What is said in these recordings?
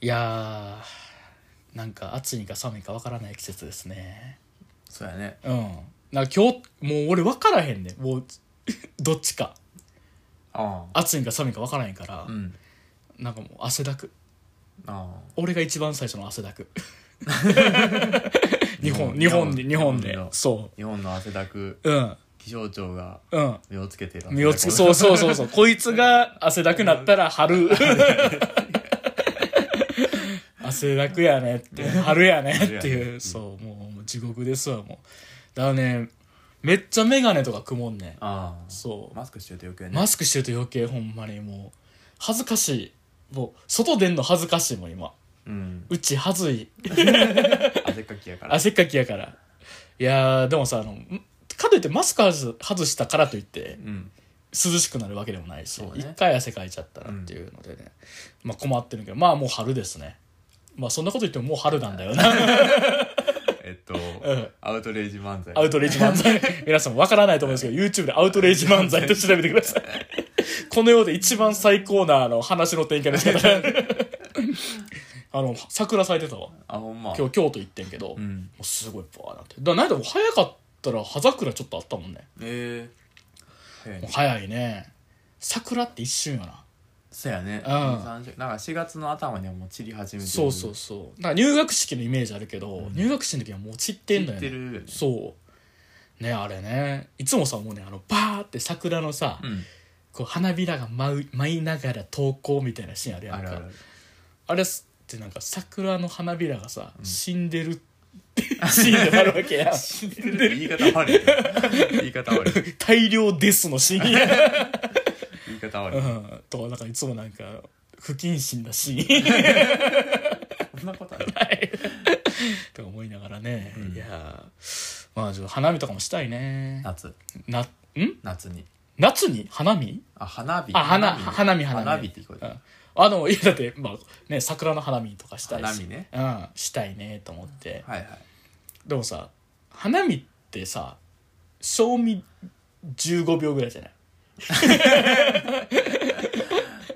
いやーなんか暑いか寒いかわからない季節ですねそうやねうんなんか今日もう俺分からへんねんもう どっちかあ暑いんか寒いんか分からへんからあ、うんなんかもう汗だくあ俺が一番最初の汗だ く日本日日本本で日本で日本のそあ日本の汗だくううん気象庁がうん目をつけてる身をつくそうそうそう そうこいつが汗だくなったら春 汗だくやねって春やねって春やいうそうもう地獄ですわもうだからねめっちゃ眼鏡とか曇んねあんあそうマスクしてると余計ねマスクしてると余計ほんまにもう恥ずかしいもう外出んの恥ずかしいもん今うんうち恥ずい汗かきやから汗っかきやからいやーでもさあのんかといってマスク外す外したからといってうん涼しくなるわけでもないしそう一、ね回汗かいちゃったらっていうのでね、まあ困ってるけどまあもう春ですねまあそんなこと言ってももう春なんだよ なえっとんアウトレイジ漫才アウトレイジ漫 才皆さんわからないと思うんですけど YouTube でアウトレイジ漫才と調べてくださいこの世で一番最高なあの話の展開の仕 方あの桜咲いてたわあほんま今日京都行ってんけど、うもんうすごいバーなってだからなんだもう早かったら葉桜ちょっとあったもんねえもえ早いうね早いね桜って一瞬やなそうやねうんなんか4月の頭にはもう散り始めてるそうそうそうなんか入学式のイメージあるけど、入学式の時はもう散ってんだよ散ねってるよねそうねあれねいつもさもうねあのバーって桜のさ、うんこう花びらが舞う舞いながら投稿みたいなシーンあるやんあかるあるあれってなんか桜の花びらがさ、死んでるって シーンでもあるわけ やん言い方悪い言い方悪い大量ですのシーンや、言い方悪ういん、 とかなんかいつもなんか不謹慎なシーンそんなことある とか思いながらね、うんいやーまあちょっと花見とかもしたいね夏な、ん夏に夏に花見あ花火あ花ね花見花見花火って聞こえうたんあのいやだってまあね桜の花見とかしたいし花見ねうんしたいねと思って、はいはいでもさ花見ってさ賞味15秒ぐらいじゃない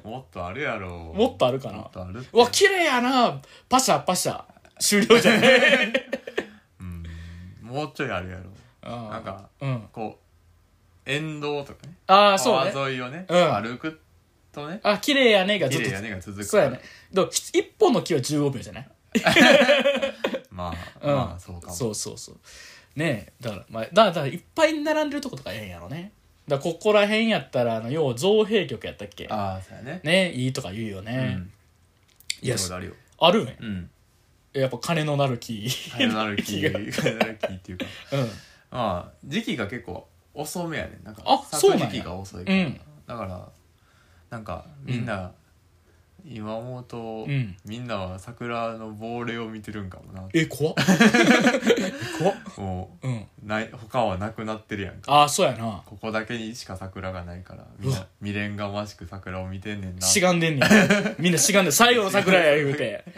もっとあるやろもっとあるかなもっとあるうわ綺麗やなパシャパシャ終了じ ゃねうんもうちょいあるやろななんかうんこう沿道とかねああそうね川沿いをねうん歩くとねあ綺麗やねがず綺っと麗やねが続くそうやねでも一本の木は15秒じゃないまあうんまあそうかもそうそうそうねえだから,、まあ、だからだからいっぱい並んでるとことかええんやろねだからここら辺やったらあの要は造幣局やったっけああそうやねねいいとか言うようね、んいやそういうことあるあるよね うんやっぱ金のなる木金のなる木が金のなる木っていうかうんまあ時期が結構遅めやねなんかあ咲そうなくんや時期が遅いから、うんだからなんかみんな、今思うと、うんみんなは桜の亡霊を見てるんかもなえ怖 っ怖っもうんうない他はなくなってるやんかああそうやなここだけにしか桜がないからみんうわな未練がましく桜を見てんねんなしがんでんねんみんなしがんで最後の桜や言う てあ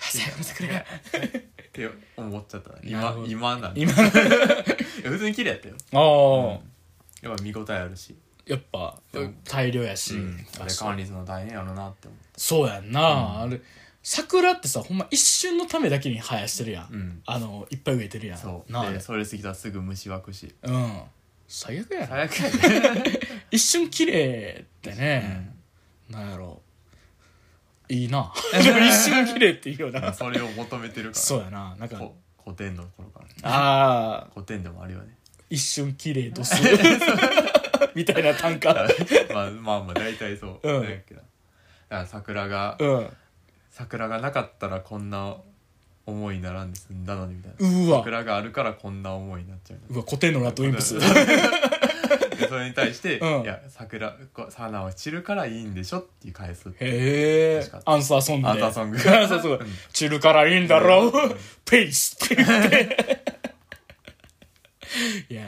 最後の桜やって思っちゃったなる今ほど今なんだ い今のや普通に綺麗やったよああ、やっぱ見応えあるし、やっぱうん大量やし、うん、ああれそう管理するの大変やろなって思そうやんな、あれ桜ってさほんま一瞬のためだけに生やしてるやん、ううんあのいっぱい植えてるやんそうなあでれそれ過ぎたらすぐ虫湧くしうん最悪やな最悪やね一瞬綺麗ってね、なんやろいいなで も一瞬綺麗っていいよまあなそれを求めてるからそうやななんかこ古典の頃からああ古典でもあるよね 一瞬綺麗とす みたいな短歌まあまあまあ大体そう、うんなんやけどだから桜が、うん桜がなかったらこんな思いにならんで済んだのにみたいなうわ桜があるからこんな思いになっちゃううわ古典のラッドウィンプ スでそれに対して「うんいや桜こ花は散るからいいんでしょ」って返すってへえ確かアンサーソングでアンサー ソングアンサーソング散るからいいんだろうペースって 言っていや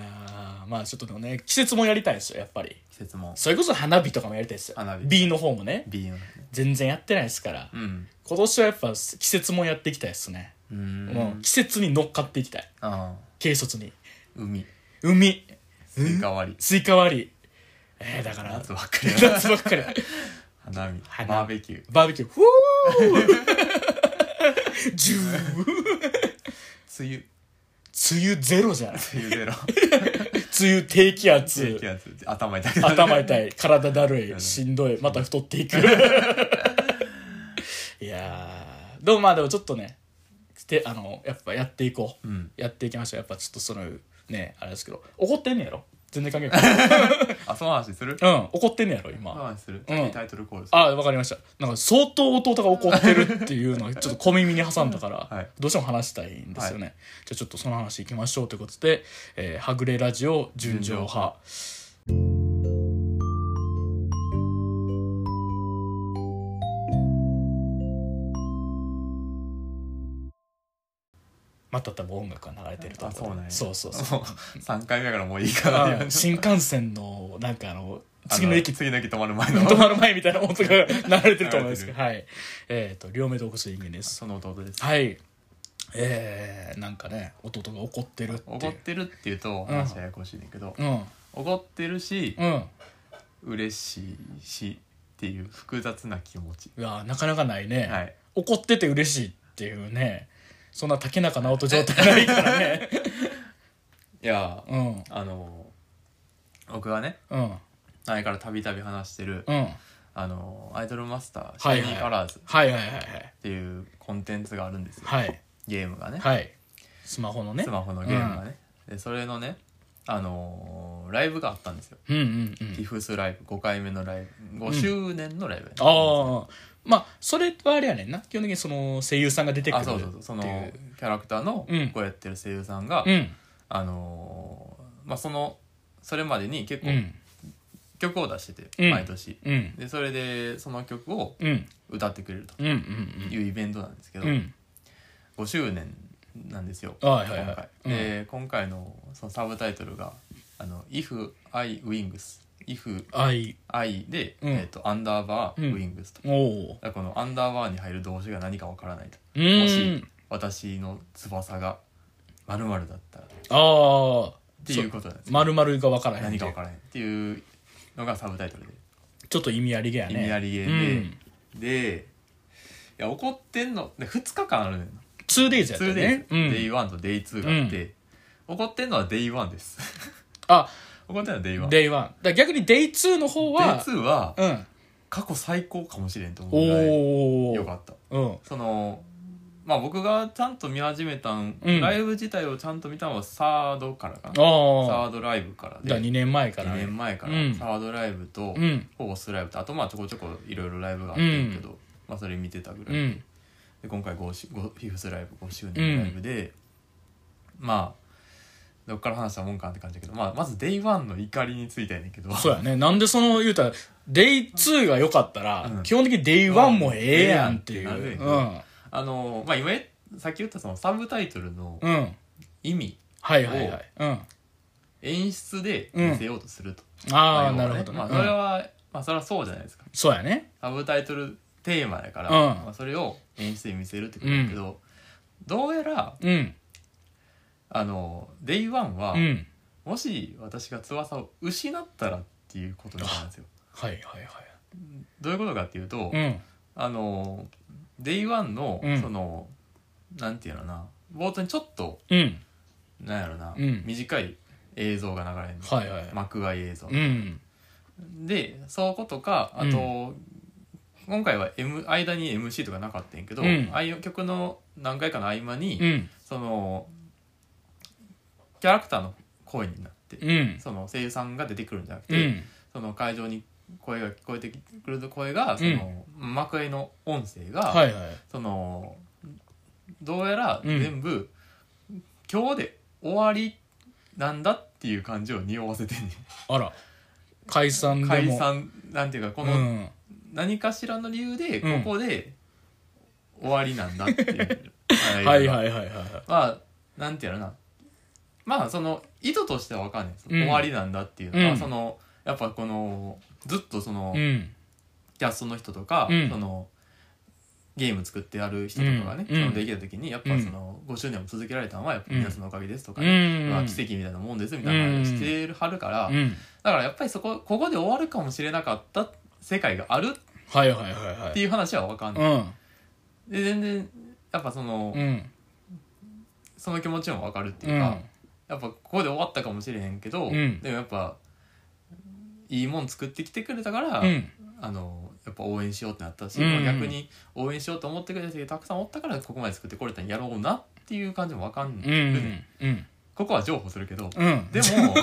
ーまあちょっとでもね季節もやりたいですよやっぱり季節もそれこそ花火とかもやりたいですよ花火 B の方もね B のね全然やってないですから、うん今年はやっぱ季節もやっていきたいですね、うもうん季節に乗っかっていきたいああ軽率に海海スイカ割りスイカ割りえー、だから夏ばっかりやな夏ばっかり花見花見バーベキューバーベキュー、ふぅジュー 梅雨梅雨ゼロじゃん梅雨ゼロ 梅雨低気低圧気圧頭痛く なる頭痛 い体だるいしんどいまた太ってい くいやーでもまあでもちょっとねであのやっぱやっていこう、うんやっていきましょうやっぱちょっとそのねあれですけど怒ってんねやろ全然関係 ないあその話するうん怒ってんねやろその今話するうんタイトルコールするあわかりましたなんか相当弟が怒ってるっていうのはちょっと小耳に挟んだから、はいどうしても話したいんですよね、じゃあちょっとその話いきましょうということで「えーはぐれラジオ純情派」また多分音楽が流れてるとあそう思なんやそうそうそう も3回目だからもういいかなあ新幹線のなんかあの次の駅次の駅止まる前の止まる前みたい な音が流れてると思うんですけど、はい。えっ、と、両目洞窟人間です。 その弟ですはい。えー、なんかね、弟が怒ってるっていう。怒ってるっていうと話はややこしいねんだけどうん。怒ってるしうん。嬉しいしっていう複雑な気持ちいや、なかなかないね、はい怒ってて嬉しいっていうね。そんな竹中直人状態 ないからね。いやーうん。あのー僕はねうん。前からたびたび話してるうん。あのーアイドルマスターシはいャイはいニーカラーズっはいはいはいはい。ていうコンテンツがあるんですよはい。ゲームがねはい。スマホのね。スマホのゲームがねでそれのねあのーライブがあったんですようんうんうん。ギフスライブ5回目のライブ5周年のライブやねああ。まあ、それはあれやねんな。基本的にその声優さんが出てくるあってい。そううそうそうそのキャラクターのうんこうやってる声優さんが、うん。あのーまあそのそれまでに結う構ん。曲を出してて、うん毎年うん。でそれでその曲をうん歌ってくれるとうんうんいうイベントなんですけど、うんうん5周年なんですよ、はいはいはい今回、うんで今回のそのサブタイトルが「あの If I Wings」「If あい I で」うんえっとアンダーバうーん Wings と、おおだからこのアンダーバーに入る動詞が何かわからないと、うもーしん私の翼がまるだったらっああていうことなんですよまるまるが分からへん何かわからへんっていうのがサブタイトルでちょっと意味ありげやね意味ありげで、うんでいや怒ってんので2日間あるねん 2days やったよ 2days ね、うん Day1 と Day2 があって、怒ってんのは Day1 です あ怒ってんのは Day1 Day1 だから逆に Day2 の方は Day2 はうん過去最高かもしれんと思うぐらいおよおかったうんそのまあ僕がちゃんと見始めたん、うんライブ自体をちゃんと見たのはサードからかなサああードライブからでだ2年前から2年ね前からうんサードライブとうんフォースライブとあとまあちょこちょこいろいろライブがあってるけど、まあそれ見てたぐらうい、んで今回5し5フィフスライブ5周年のライブで、まあどっから話したもんかって感じだけど、まあ、まず Day1 の怒りについてやねんけどそうやねなんでその言うたら Day2 が良かったら、うん基本的に Day1 もええやんっていう、うんええやんってうなるんあのまあ今さっき言ったそのサブタイトルのうん意味はいはいはいうん演出で見せようとすると、あまあ、要なはるほどね、まあ、それうんは、まあそれはそうじゃないですかそうやねサブタイトルテーマだから、うんまあ、それを演出で見せるってことだけど、どうやらうんあの Day1 は、うんもし私が翼を失ったらっていうことなんですよはいはいはいどういうことかっていうと、うんあの Day1 の、うんそのなんていうのかな冒頭にちょっとうんなんやろな、うん短い映像が流れるの、はいはい幕外映像、うんでそういうことかあと、今回は、M、間に MC とかなかったんやけど、うんああいう曲の何回かの合間に、うんそのキャラクターの声になって、うんその声優さんが出てくるんじゃなくて、うんその会場に声が聞こえてくる声がんその、幕絵の音声が、はいはいそのどうやらうん全部、今日で終わりなんだっていう感じを匂わせてんねあら解散でんも解散なんていうかこうのん何かしらの理由でうんここで終わりなんだっていう はいいはいはいはいはいまあなんていうのかなまあその意図としては分かんないです、うん終わりなんだっていうのは、うんそのやっぱこのずっとその、うんキャストの人とか、うんそのゲーム作ってある人とかがね、うんそうんのできた時にやっぱその5周年も続けられたのはやっぱ皆さんのおかげですとか、うねんまあ、奇跡みたいなもんですみたいな話をしてるはるから、うんだからやっぱりそこここで終わるかもしれなかった世界があるはいはいはいっはていいう話は分かんない、うんで全然やっぱその、うんその気持ちもわかるってういうか、んやっぱここで終わったかもしれへんけど、うんでもやっぱいいもん作ってきてくれたから、うんあのやっぱ応援しようってなったし、うんまあ逆に応援しようと思ってくれた人がたくさんおったからここまで作ってこれたんやろうなっていう感じもわかんない、うんうんうんここは譲歩するけど、うんでも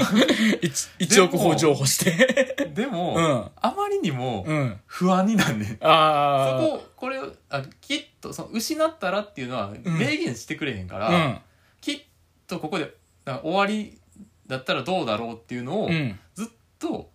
一一億歩譲歩してでも、 うんあまりにもうん不安になんねん。ああそここれをあきっとその失ったらっていうのはん明言してくれへんから、うんきっとここでなんか終わりだったらどうだろうっていうのをうんずっと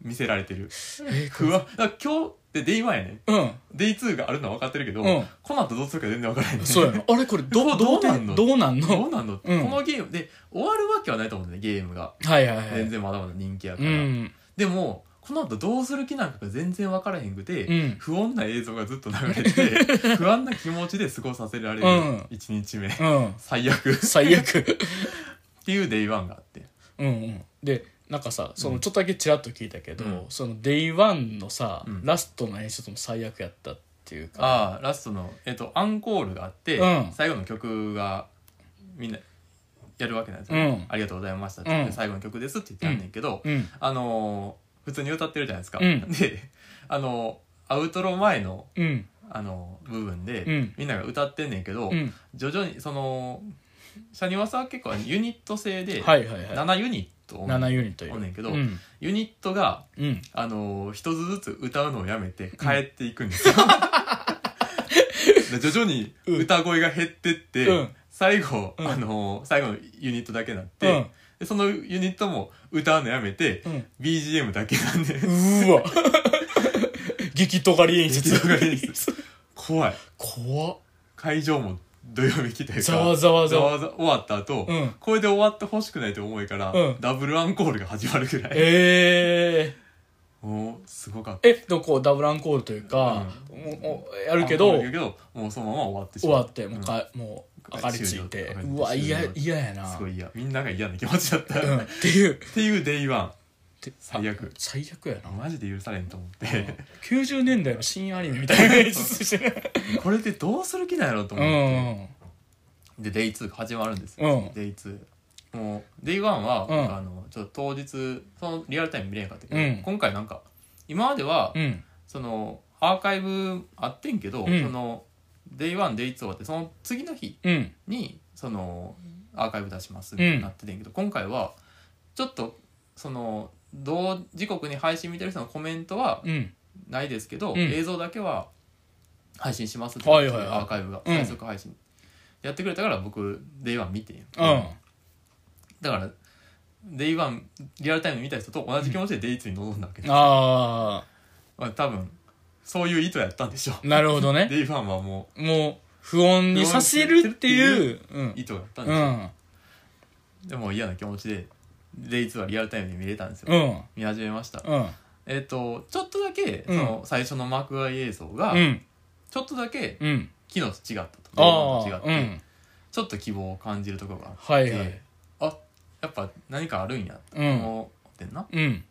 見せられてる、え不安だから今日で Day1 やねうんん Day2 があるのは分かってるけど、うんこの後どうするか全然分からへんねんそうやなあれこれどうどどううななんんののどうなん どうのなんの、うんこのゲームで終わるわけはないと思うんだねゲームがはいはいはい全然まだまだ人気やかうら、んでもこの後どうする気なんかが全然分からへんくて、うん不穏な映像がずっと流れ て不安な気持ちで過ごさせられるうん1日目うん最悪っ最悪ていう Day1 があってうんうんでなんかさそのちょっとだけちらっと聞いたけど、うんその Day1 のさ、うんラストの演出も最悪やったっていうかああラストの、えっと、アンコールがあって、うん最後の曲がみんなやるわけなんですうよ、んありがとうございましたって言って、うん最後の曲ですって言ってやんねんけど、うんあのー普通に歌ってるじゃないですか、うんで あのーアウトロ前のうんあのー部分で、うんみんなが歌ってんねんけど、うん徐々にそのシャニワサは結構ユニット制ではいはいはい7ユニットおん7ユニットいるおんねんけうど、んユニットが、うんあのー一つずつ歌うのをやめて帰っていくんですよ、で徐々にうん歌声が減ってって、うん最後、うんあのー最後のユニットだけになっうて、んでそのユニットも歌うのやめて、うん BGM だけなんで、うー わ激尖り演出激尖り演 出怖い怖っ会場もどよめきというかざわざわざざわわざわ終わった後、うんこれで終わってほしくないと思いから、うんダブルアンコールが始まるぐらい、えもうすごかっー、えでもこうダブルアンコールというか、もうもうやたるけどアンコールやるけどもうそのまま終わってし終まうわってもうか、もう明かりついて終了うわ嫌終了嫌やなすごい嫌みんなが嫌な気持ちだった、うん、っっていうていうデイワンて最悪最悪や なマジで許されんと思って、 90年代の新アニメみたいな演出してねこれでどうする気なんやろうと う思って、んでデイ2が始まるんですよ、うんデイ2もうデイワンは、うんあのちょっと当日そのリアルタイム見れなかったけど、うん今回なんか今までは、うんそのアーカイブあってんけど、うんそのデイワンデイツ終わってその次の日うんにそのアーカイブ出しますみたいになっててんけど、今回はちょっとその同時刻に配信見てる人のコメントはうんないですけど、うん映像だけは配信しますってなっててはいはいはいアーカイブがうん最速配信、やってくれたから僕デイワン見てんようんだからデイワンリアルタイム見た人と同じ気持ちでデイツに臨んだわけ、あまあ、多分そういう意図やったんでしょうあなるほどねデイファンはももう不穏にさせるっていうううん意図だったんでうすよ、んでも嫌な気持ちでデイツはリアルタイムで見れたんですよ、うん見始めましたうんえっ、とちょっとだけうそんの最初の幕外映像が、うんちょっとだけうん昨日と違ったとあとあ違っうて、んちょっと希望を感じるところがあって、はいはいあやっぱ何かあるんやってうん思ってんな、うん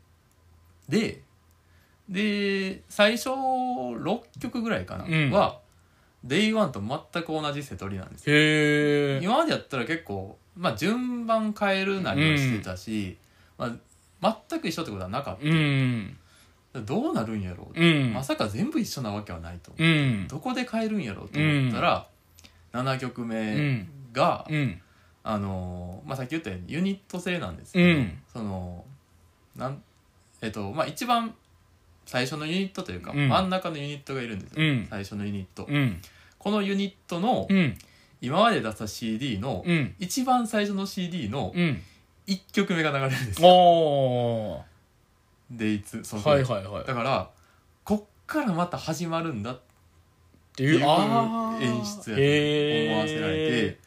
でで最初6曲ぐらいかな、うんはデイワンと全く同じ瀬取りなんですよへえ今までやったら結構、まあ、順番変えるなりはしてたし、まあ、全く一緒ってことはなかった、うんどうなるんやろう、うんまさか全部一緒なわけはないと、うんどこで変えるんやろうと思ったら、7曲目が、うんあのーまあ、さっき言ったようにユニット制なんですけど、うんそのなんえっとまあ一番最初のユニットというか、うん真ん中のユニットがいるんですよ、うん最初のユニット、うんこのユニットのうん今まで出した CD のうん一番最初の CD のうん1曲目が流れるんですよあデイツそあうはいはいはいだからこっからまた始まるんだっってていういうあー演出やへーと思わせられて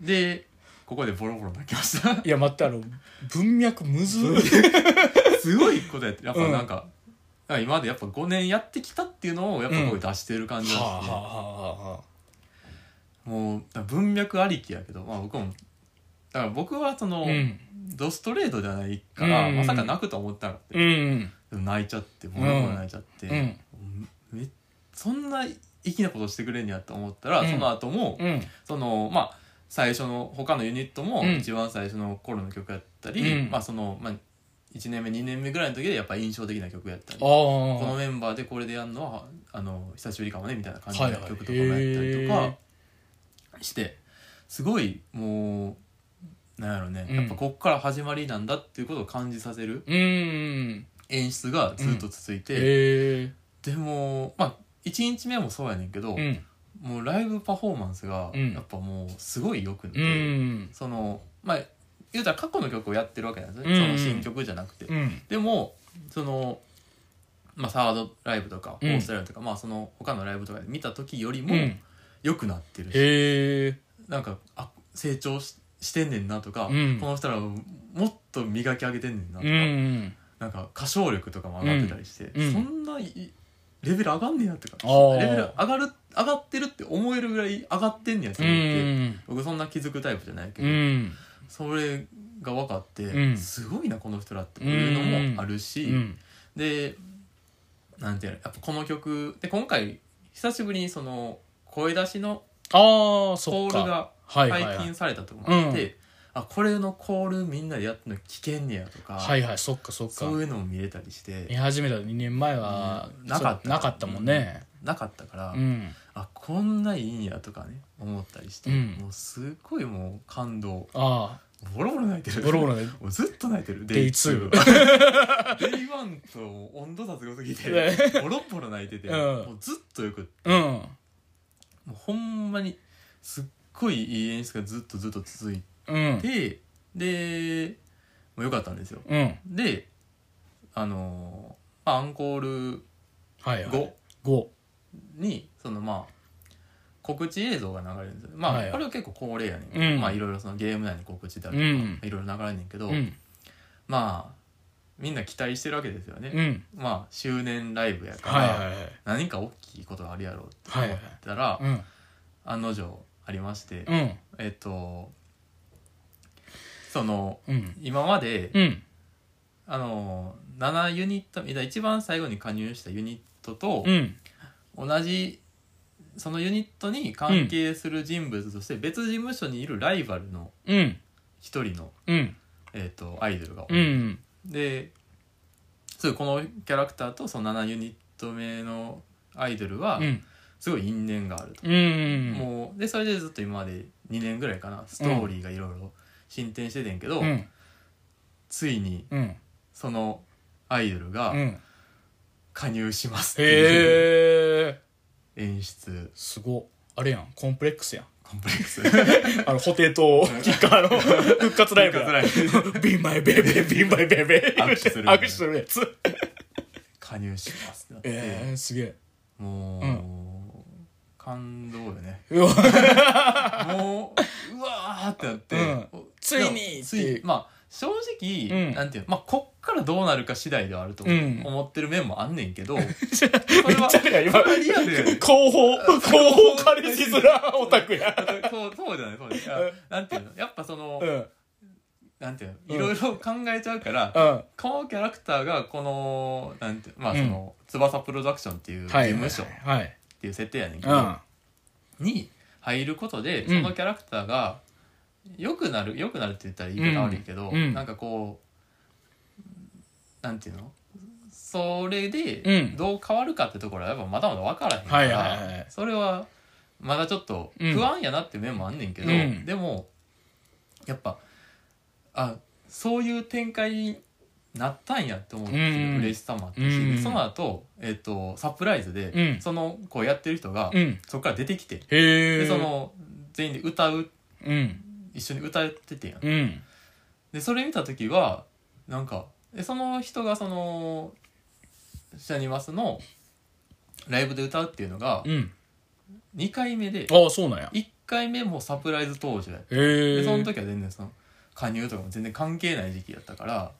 でここでボロボロ泣きましたいや待ってあの文脈むず文 すごいことやってやっぱなんか,、なんか今までやっぱ5年やってきたっていうのをやっぱこう出してる感じはがあはして、あはあはもうだから文脈ありきやけど、まあ、僕もだから僕はそあの、うんドストレートじゃないから、うんまさか泣くと思ったらって、うんでも泣いちゃってボロボロ泣いちゃって、うんめそんな粋なことしてくれんやと思ったら、うんその後も、うんそのまあ最初の他のユニットもうん一番最初の頃の曲やったり、うんまあその、まあ、1年目2年目ぐらいの時でやっぱ印象的な曲やったりあこのあメンバーでこれでやるのはあの久しぶりかもねみたいな感じはのいはい曲とかもやったりとへかしてすごいもうなんやろうね、うんやっぱこっから始まりなんだっていうことを感じさせるうん演出がずっと続いて、へえでもまあ1日目もそうやねんけど、うんもうライブパフォーマンスがうんやっぱもうすごいよくなっうて。んそのまあ言うたら過去の曲をやってるわけなんですね、うんその新曲じゃなくて、うんでもそのまあサードライブとかうオんーストラリアとか、まあその他のライブとかで見た時よりうもん良くなってるし、へえなんかあ成長ししてんねんなとか、うんこの人らもっと磨き上げてんねんなとうか、んなんか歌唱力とかも上がってたりして、うんうんそんないいレベル上がんねんやとかあーレベル上がる上がってるって思えるぐらい上がってんねやとう思って、ん僕そんな気づくタイプじゃないけうど、んそれが分かって、うんすごいなこの人らっていうのもあるし、うんでなんていうのやっぱこの曲で今回久しぶりにその声出しのああそコっールかがはいはい解はい禁されたとこもあって、うんあこれのコールみんなでやってるの聞けんねやとか、はいはいそっかそっかそういうのも見れたりして見始めた2年前はうんなかったそうなかったもんねなかったから、うんあこんないいんやとかね思ったりして、うんもうすっごいもう感動あボロボロ泣いてあるボロボロでもうずっと泣いてるデイ2 デイワンと温度差すごすぎてねボロボロ泣いてて、うんもうずっとよくってうんもうほんまにすっごいいい演出がずっとずっと続いうんてでもうよかったんですようんであのーまあアンコールはいはい5 5にそのまあ告知映像が流れるんですよまはいはあいこれは結構恒例やねんけど、うんまあいろいろそのゲーム内の告知であうるんとかいろいろ流れるんねんけど、うんまあみんな期待してるわけですよね、うんまあ周年ライブやから、はいはいはい何か大きいことがあるやろうってはい思はっいたら、うん案の定ありまして、うんえっとそのうん今まで、うんあの7ユニットみたいな一番最後に加入したユニットとうん同じそのユニットに関係する人物として別事務所にいるライバルのうん一人の、うんえっとアイドルがう多い、んですぐこのキャラクターとその7ユニット目のアイドルはうんすごい因縁があると。うんもうでそれでずっと今まで2年ぐらいかなストーリーがいろいろ進展しててんけど、うんついにうんそのアイドルがうん加入しますっていうへえ演出すごあれやんコンプレック スやんコンプレックスあの布袋とキッカーの復活ライブや「ビンマイベイベイビンマイベイベイ」握手する握手するやつ 加入しますってなって、ええー、すげえもう、う感動よねうわ もううわーってなって、うんついにでもついってまあ正直、うんなんていうのまあこっからどうなるか次第ではあると思ううん思ってる面もあんねんけ どめっちゃね今リアルやね後方後方借りしづらオタクや そうそうじゃないそうじゃないいやなんていうのやっぱその、うんうんなんていううんのいろいろ考えちゃうから、はこのキャラクターがこのなんてまあその、翼プロダクションっていうい事はい務所っはいていう設定やねんけうど、んに入ることでうそんのキャラクターが良くなる良くなるって言ったら言い方悪いけど、うんうんなんかこうなんていうのそれうでんどう変わるかってところはやっぱまだまだ分からへんから、はいはいはいそれはまだちょっと不安やなっていう面もあんねんけど、うんでもやっぱあそういう展開になったんやって思ってうん嬉しさもあったし、うんその後、えっとサプライズで、うんそのこうやってる人が、うんそこから出てきてへえでその全員で歌ううん一緒に歌っててやんうんでそれ見た時はなんかでその人がそのシャニマスのライブで歌うっていうのがうん2回目でああそうなんや1回目もサプライズ登場やってへえでその時は全然その加入とかも全然関係ない時期やったから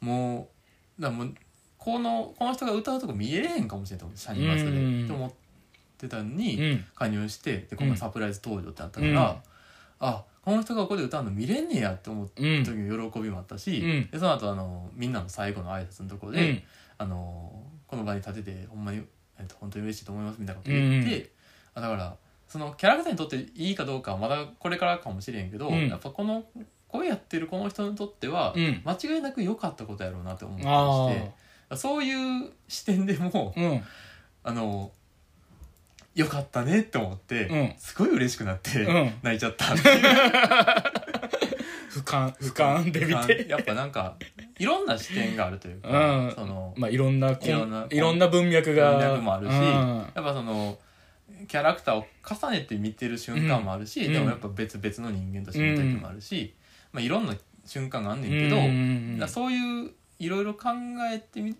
もうだからもうこのこの人が歌うとこ見えれへんかもしれんと思ってシャニマスうんでって思ってたのに、うん加入してで今回サプライズ登場ってなったかうんら、あこの人がここで歌うの見れんねやって思うったん時の喜びもあったし、うんでその後あのみんなの最後の挨拶のところうで、んあのこの場に立ててほんまに、えっと、本当に嬉しいと思いますみたいなこと言って、あだからそのキャラクターにとっていいかどうかはまだこれからかもしれんけど、うんやっぱこの声やってるこの人にとっては、うん間違いなく良かったことやろうなと思ってあましてそういう視点でも、あうんあの良かったねって思って、うんすごい嬉しくなって、うん泣いちゃったっていう俯瞰俯瞰で見てやっぱなんかいろんな視点があるというか、うんそのまあいろんなこんいろんなこんいろんな文脈が文脈もあるしうんやっぱそのキャラクターを重ねて見てる瞬間もあるし、うんでもやっぱ別々の人間として見た時もあるし、まあ、いろんな瞬間があんねんけど、うんうだんからそういういろいろ考えてみ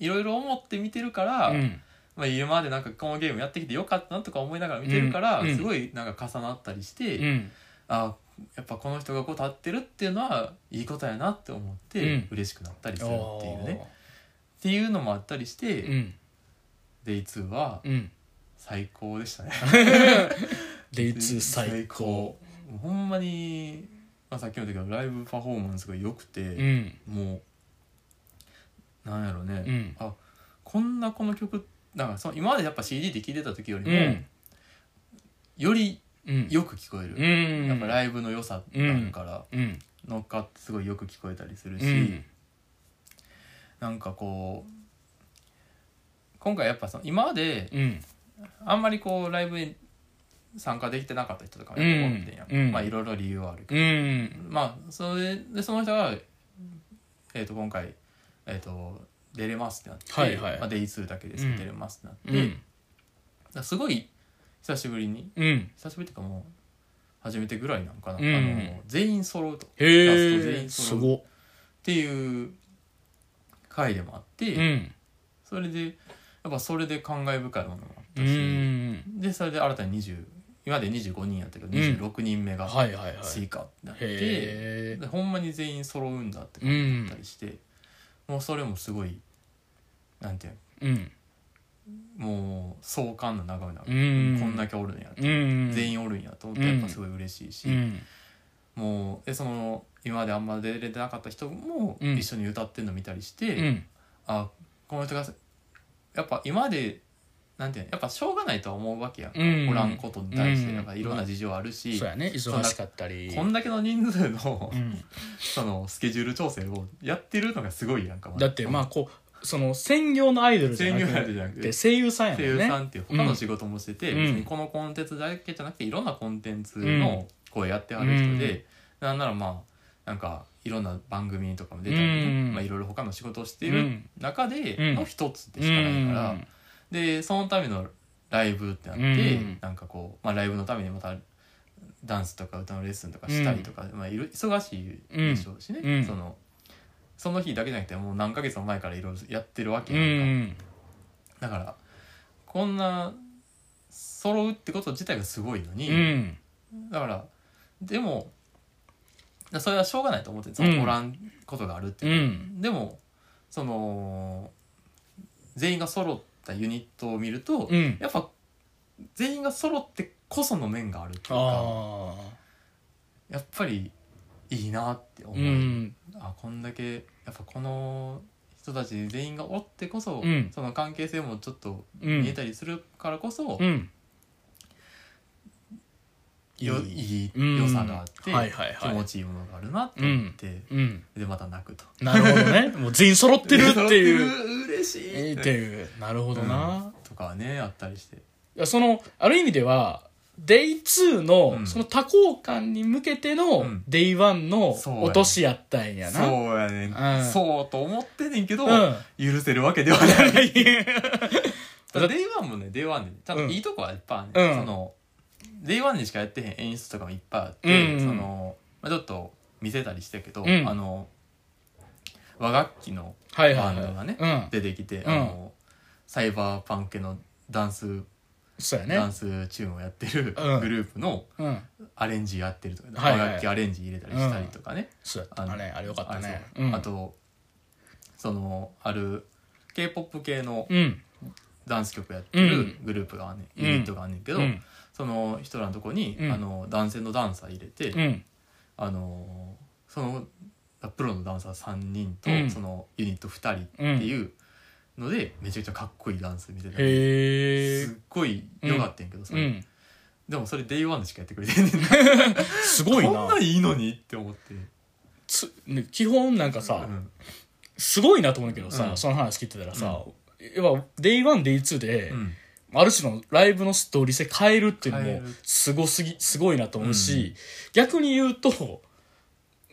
いろいろ思って見てるから、うんまあ、今までなんかこのゲームやってきてよかったなとか思いながら見てるから、うんうんすごいなんか重なったりして、うんあやっぱこの人がこう立ってるっていうのはいいことやなって思っうんて嬉しくなったりするっていうね、っおーていうのもあったりして、うんデイ2はうん最高でしたね。デイツー最高もうほんまに、まあ、さっきも言ったけどライブパフォーマンスが良くうて、んもうなんやろね、うんこんなこの曲なんかその今までやっぱ CD で聴いてた時よりうも、んよりうんよく聞こえうる、んやっぱライブの良さがあるから、うん乗っかってすごいよく聞こえたりするし、うんなんかこう今回やっぱその今までうんあんまりこうライブに参加できてなかった人とかもうんやっぱおってんやん、うんまあいろいろ理由はあるけどうんまあそれでその人が、えー、と今回、えー、と出れますってなって、はいはいまあ、デイ2だけですけど、うん出れますってなって、うだかんらすごい久しぶりにうん久しぶりっていうかもう初めてぐらいなんかな、うんあの全員揃うとっラストへ全え員す揃うごていう回でもあって、うんそれでやっぱそれで感慨深いものもあっうたし、んでそれで新たに20今まで25人やったけど26人目がはいはいはい追加になって、へえでほんまに全員揃うんだってう思ったんりして、もうそれもすごいなんていううんのもう壮観な眺めなの、うんこんだけおるんや、うん全員員おるんやと思ってやっぱすごい嬉しいし、うんもうでその今まであんま出れてなかった人もうん一緒に歌ってるの見たりして、うんあこの人がやっぱ今までなんていうのやっぱしょうがないとは思うわけやんか、うんおらんことに対してうんやっぱいろんな事情あるし、そうやね忙しかったりこんだけの人数のうんそのスケジュール調整をやってるのがすごいやんかだってまあこうその専業のアイドルじゃな専業やくるじゃなくてて声優さんや声もん優さねんっていう他の仕事もしてて、うん別にこのコンテンツだけじゃなくていろんなコンテンツの声やってはる人で、なんならまあなんかいろんな番組とかも出たりね、うんまあ、いろいろ他の仕事をしてういるん中でうんの一つでうしかないから、んでそのためのライブってなって、うんなんかこう、まあ、ライブのためにまたダンスとか歌のレッスンとかしたりとか、まあ、いろ忙しいでしょうしね、うんそのその日だけじゃなくてもう何ヶ月も前からいろいろやってるわけうやんか、んだからこんな揃うってこと自体がすごいのに、うんだからでもそれはしょうがないと思ってそうんのおらんことがあるってういう、んでもその全員が揃ったユニットを見ると、うんやっぱ全員が揃ってこその面があるっていうかああやっぱりいいなって思う、うんあこんだけやっぱこの人たち全員がおってこそ、うんその関係性もちょっとう見えんたりするからこそ、うんよいいうん良さがあって、はいはいはい気持ちいいものがあるなって思って、うんでまた泣くと。なるほどねもう全員揃ってるっていうう嬉しいっていうなるほどな、とかねあったりして。いやそのある意味では Day2 の、うんその多幸感に向けてのうん Day1 のそうやね落としやったんやなそうやね、うんん、そうと思ってんねんけど、うん 許せるわけではないだってデイワンもねデイワンでちゃんといいとこはいっぱいあるね、うんそのデイワンにしかやってへん演出とかもいっぱいあって、うんうんその、まあ、ちょっと見せたりしたけど、うんあの和楽器のはいはいバンはドがい、ねうん出てきて、うんあのサイバーパン系のダンス、そうやダねンスチューンをやってるうんグループのうんアレンジやってるとか、はいはい和楽器アレンジ入れたりしたりとかね、そうやったねあれよかったねあ,そう、うんあとそのある k p o p 系のうんダンス曲やってるグループがあんね、うんん、ユニットがあんねんけど、うんその人らのとこに、うんあの男性のダンサー入れて、うんあのそのプロのダンサー3人と、うんそのユニット2人っていう、のでめちゃくちゃかっこいいダンス見せたりへすえっごい良かったんやけどさ、うんでもそれデイワンでしかやってくれてんねんなすごいこんなないいのにって思ってつね基本なんかさ、うんすごいなと思うけどさ、うんその話聞いてたらさ、要は Day1Day2 で、うんある種のライブのストーリー性変えるっていうの変えもるすごすぎすごいなと思うし、逆に言うと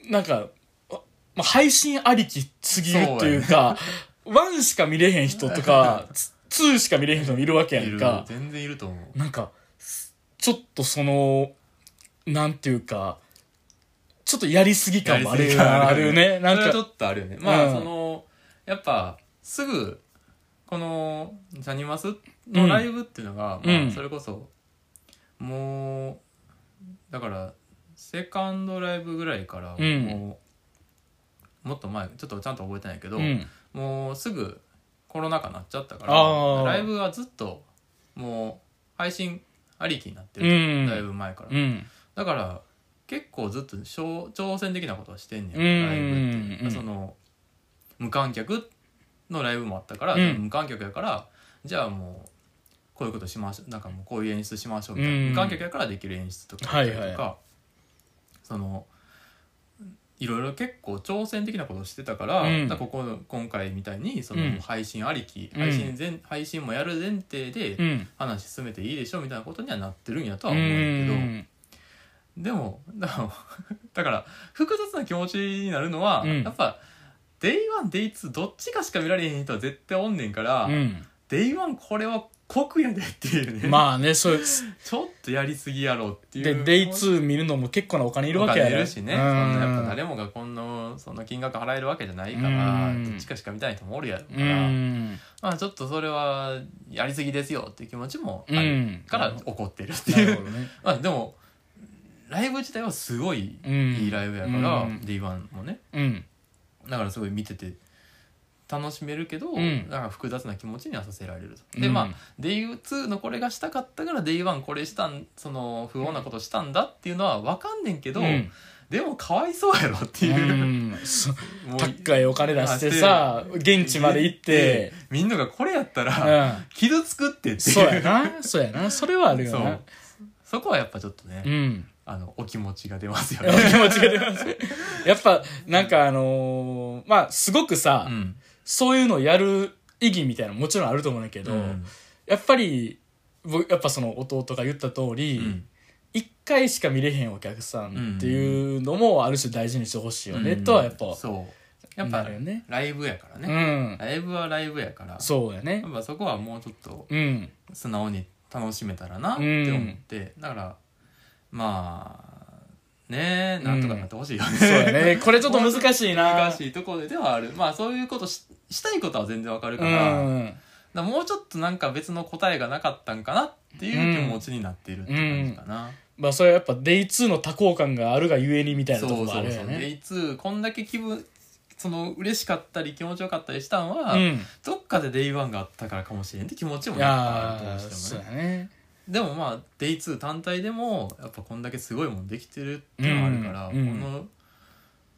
なんか、あまあ、配信ありきすぎるというか1 しか見れへん人と か2しか見れへん人もいるわけやいんるか全然いると思うなんかすちょっとそのなんていうかちょっとやりすぎ感もあるよねあるよねなそんれはちょかっとあるよねまあうんそのやっぱすぐこの「ジャニマス」のライブっていうのうが、んうまんあ、それこそもうだからセカンドライブぐらいからもう、うんもっと前ちょっとちゃんと覚えてないけど、うんもうすぐコロナ禍になっちゃったかあーらライブはずっともう配信ありきになってうる、んだいぶ前かうら、んだから結構ずっと挑挑戦的なことはしてんねうんんライブって、うんその無観客のライブもあったから、うん無観客やからじゃあもうこういうことしましょうなんかもうこういう演出しましょうみたいな、うん無観客やからできる演出とかだったりとか、はいはそのいろいろ結構挑戦的なことをしてたから,、うんここの今回みたいにその、うん配信ありきうん配信全、配信もやる前提でうん話進めていいでしょみたいなことにはなってるんやとうは思うんだけど。んでも だからだから複雑な気持ちになるのは、うんやっぱ Day1Day2 どっちかしか見られへん人は絶対おんねんから、うん、 Day1 これは酷やでっていうね、まあねそうです ちょっとやりすぎやろっていうで、デイ2見るのも結構なお金いるわけやいるしね、うんそんなやっぱ誰もがこんなそんな金額払えるわけじゃないから、うんどっちかしか見たい人もおるやろかうら、ん。まあちょっとそれはやりすぎですよっていう気持ちもあうるん。から怒ってるってな いう、るほどね。まあでもライブ自体はすごいうん。いいライブやから、うん D1 もねうん。だからすごい見てて楽しめるけど、うんなんか複雑な気持ちにはさせられると、うでんまあ Day2 のこれがしたかったから Day1 これしたんその不穏なことしたんだっていうのは分かんねんけど、うん でもかわいそうやろっていう、うんそうもう高いお金出してさ、現地まで行って、みんながこれやったうら、ん。傷つくってっていうそうやな。そうやな。それはあるよそなう。そこはやっぱちょっとね、うん。あのお気持ちが出ますよ気持ね、ちが出ます。やっぱ、なんかあのーまあ、すごくさう、んそういうのをやる意義みたいなのもちろんあると思うんだけど、うんやっぱり、僕やっぱその弟が言った通り、うん一回しか見れへんお客さんっていうのもある種大事にしてほしいよね、うんとはやっぱそうやっなぱるよねライブやからうね、んライブはライブやからそうやねやっぱそこはもうちょっと うん素直に楽しめたらなって思って、だからまあねえなんとかなってほしいよね、そうやねこれちょっと難しいな難しいところではあるまあそういうことししたいことは全然わかるうから,、だかんらもうちょっとなんか別の答えがなかったんかなっていう気持ちになっているって感じかな、まあそれはやっぱ Day2 の多幸感があるがゆえにみたいなそとうこそうろもそあう、るよでねいつこんだけ気分その嬉しかったり気持ちよかったりしたんうは、んどっかで Day1 があったからかもしれんって気持ちもいやっぱやあるとーどうしそてもうねやねでもまあ Day2 単体でもやっぱこんだけすごいもんできてるっていうのがあるから、うんうんこの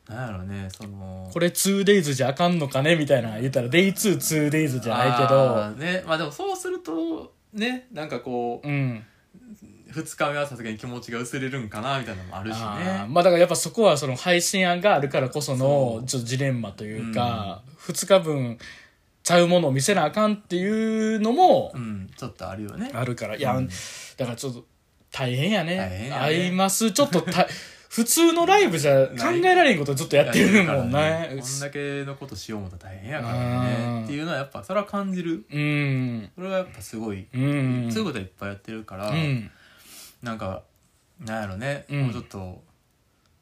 なんやろうねそのこれ 2days じゃあかんのかねみたいな言ったら Day22days じゃないけあどーねまあでもそうするとねなんかこううん2日目はさすがに気持ちが薄れるんかなみたいなのもあるしあーねまあだからやっぱそこはその配信案があるからこそのそうちょっとジレンマというか、2日分ちゃうものを見せなあかんっていうのもうんちょっとあるよねあるから、いやうんだからちょっと大変やね大変やね合いますちょっとた 普通のライブじゃ考えられへんことずっとやってるもんねこんだけのことしようもたら大変やからねうんっていうのはやっぱそれは感じるうんそれはやっぱすごい、うんそういうことはいっぱいやってるから、 うんなんかなんやろね、うんもうちょっと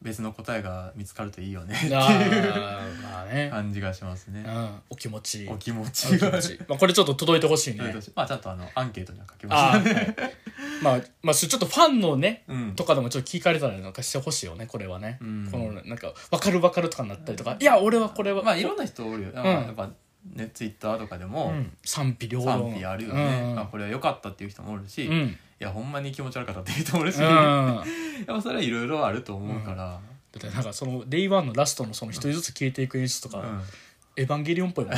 別の答えが見つかるといいよねってあいうーまあね、感じがしますうね。ん、お気持ちお気持おち気が。持ち、まあ、これちょっと届いてほしいそういねう年まあちゃんとあのアンケートには書きましたあね。ー、はい、まあまあちょっとファンのねうんとかでもちょっと聞かれたらなんかしてほしいよねこれはね、うんこのなんか「分かる分かる」とかになったりとか「いや俺はこれは」まあいろんな人おるよ。なんかやっぱねツイッターとかでうもん賛否両論賛否あるよね。うんあこれは良かったっていう人もおるし、ういんやほんまに気持ち悪かったっていう人もおるし、うやっんぱそれはいろいろあると思うから。だってなんかその「デイワンのラストのその一人ずつ消えていく演出とか「うん エヴァンゲリオン」っぽいもんね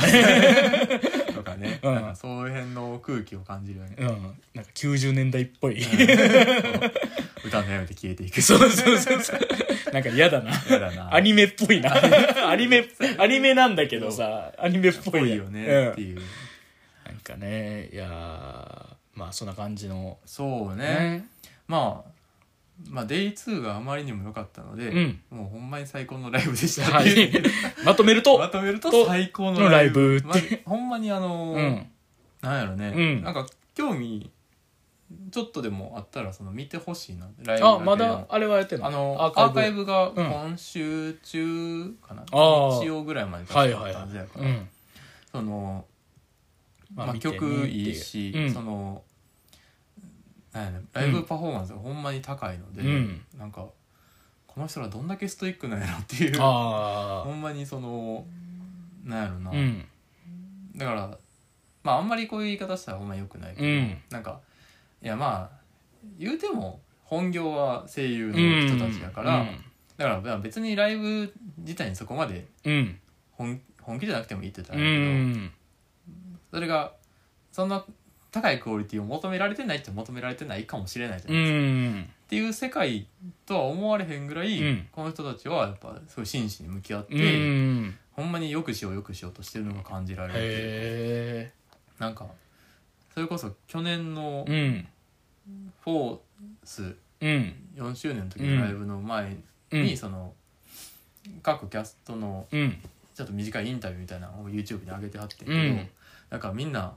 わかね、うんなんかそういう辺の空気を感じるよね、うん、なんか90年代っぽい。歌のやめて消えてい くそうそうそうそう。なんか嫌だな。やだなアニメっぽいな。アニメ、アニメなんだけどさ、アニメっぽぽいいやんよねうんっていう、なんかね、いやーまあそんな感じの。そうね、ね。まあまあ Day2 があまりにも良かったので、うんもうほんまに最高のライブでしたはっていうい。まとめる まと、とめるとと最高のライブのライブってまほんまにあのうーん。なんやろね、うんなんか興味ちょっとでもあったらその見てほしいなライブあ、けまでもだあれはやってんのあのアーカイブブ。がうん今週中かな、ああ日曜ぐらいまで確はいかはいあったはんじゃないい。かな、ん。その、まあ見てね曲いいし、うんそのなんやろねライブパフォーマンスがほんまに高いので、うんなんかこの人らどんだけストイックなんやろっていうほあんまにそのなんやろな、あ。うん。だからまああんまりこういう言い方したらほんまよくないけど、うんなんかいやまあ言うても本業は声優の人たちだから、だからまあ別にライブ自体にそこまでうん。本本気じゃなくてもいいって言ったうらあれだけど、ん。それがそんな高いクオリティを求められてないって求められてないかもしれないじゃうないですか、ん。っていう世界とは思われへんぐらい、うんこの人たちはやっぱすごい真摯に向き合って、うん。ほんまによくしようよくしようとしてるのが感じられるっていうへなんかそれこそ去年のえ。うん。フォースうん。 4周年の時のライブの前うにん。その各キャストのうん。ちょっと短いインタビューみたいなのを YouTube に上げてはってんけど、うんなんかみんな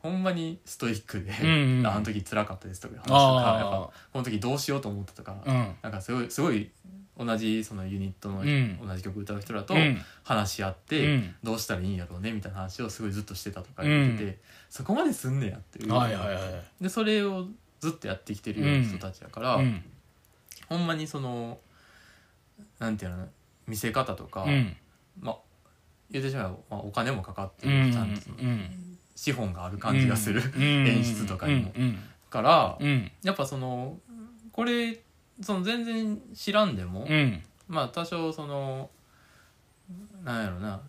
ほんまにストイックで、うんうんあの時辛かったですとかいう話とかやっぱあこの時どうしようと思ったとか、あ。うん。なんかすごいすごい同じそのユニットの、うん同じ曲歌う人らとうん。話し合っうて、ん。どうしたらいいんやろうねみたいな話をすごいずっとしてたとか言ってて、うそこまですんねやっていう、はいはいはでそれをずっとやってきてるような人たちだから、い。うん。ほんまにそのなんていうの見せ方とか、うん。まあ言ってしまえば、まあ、お金もかかってうるんちゃんとそのうん。資本がある感じがする、演うん。から、うん。やっぱそのこれその全然知らんでも、うん。まあ多少そのなんやろな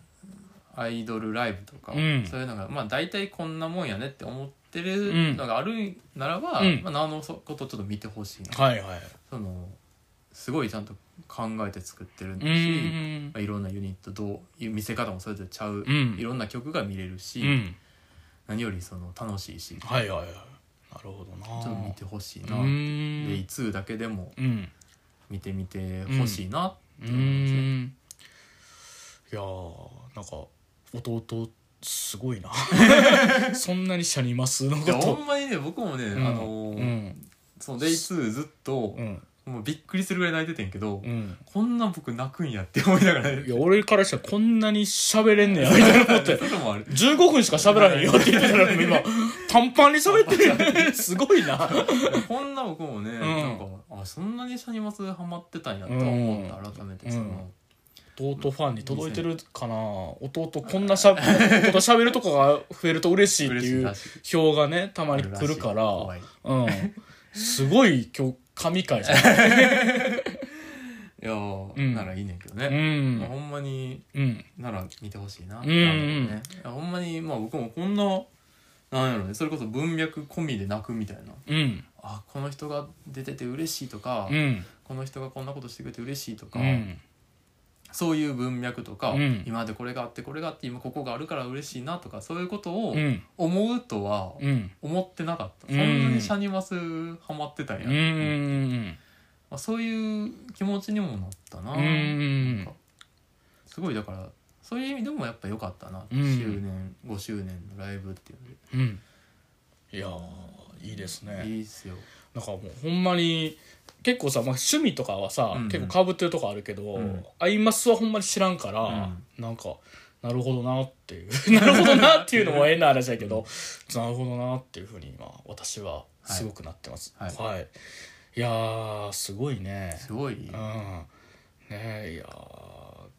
アイドルライブとか、うんそういうのがまあ大体こんなもんやねって思ってるのがあるならば、うんまあ、なおのことちょっと見てほしいな、はいはい。そのすごいちゃんと考えて作ってるんだうし、んま。あ、いろんなユニットどう見せ方もそれぞれちゃう、うんいろんな曲が見れるし、うん。何よりその楽しいしちはいはいはい。なるほどな。ょっと見てほしいな、うでん。 2だけでもうん。見てみてほしいな、うーんいやーなんか弟すごい なそんなにシャニマスのいこやほとんまにね僕もね、うんあのーうんその Day2 ずっとう、んもうびっくりするぐらい泣いててんけど、うんこんな僕泣くんやって思いながらいや俺からしたらこんなに喋れんねやみたいな思 ってそういうのもある15分しか喋らへんよって言ってたら今短パンに喋ってる すごいなこんな僕もね、なんかあそんなにシャニマスハマってたんやと思った、改めてその、弟ファンに届いてるかな弟こんなしゃ こと喋るとこが増えると嬉しいって嬉しいいうらしい票がねたまに来るからうん。すごい今日、神回じゃないいやー、うんならいいねんけどうね、まあん。ほんまにうん。なら見てほしいな、うんなんかねいやほんまにまあ僕もこんななんやろねそれこそ文脈込みで泣くみたいなうん。あこの人が出てて嬉しいとか、うん。この人がこんなことしてくれて嬉しいとか、うん。そういう文脈とか、うん今までこれがあってこれがあって今ここがあるから嬉しいなとかそういうことをうん。思うとはうん。思ってなかった、うんそんなにシャニマスハマってたんや、うん。うん。まあ、そういう気持ちにもなったな,、うんなんかすごいだからそういう意味でもやっぱ良かったな、うん周年5周年のライブっていううん。いやー、いいですので、ね。いいっすよ、なんかもう、ほんまに、結構さ、まあ、趣味とかはさ、うん結構被ってるとこあるけど、うんアイマスはほんまに知らんから、うんなんか、なるほどなっていう、な るほどなっていうのも変な話だけど、なるほどなっていうふうに今、私はすごくなってます。はいはい。い、やー、すごいね。すごい、うんねえいやー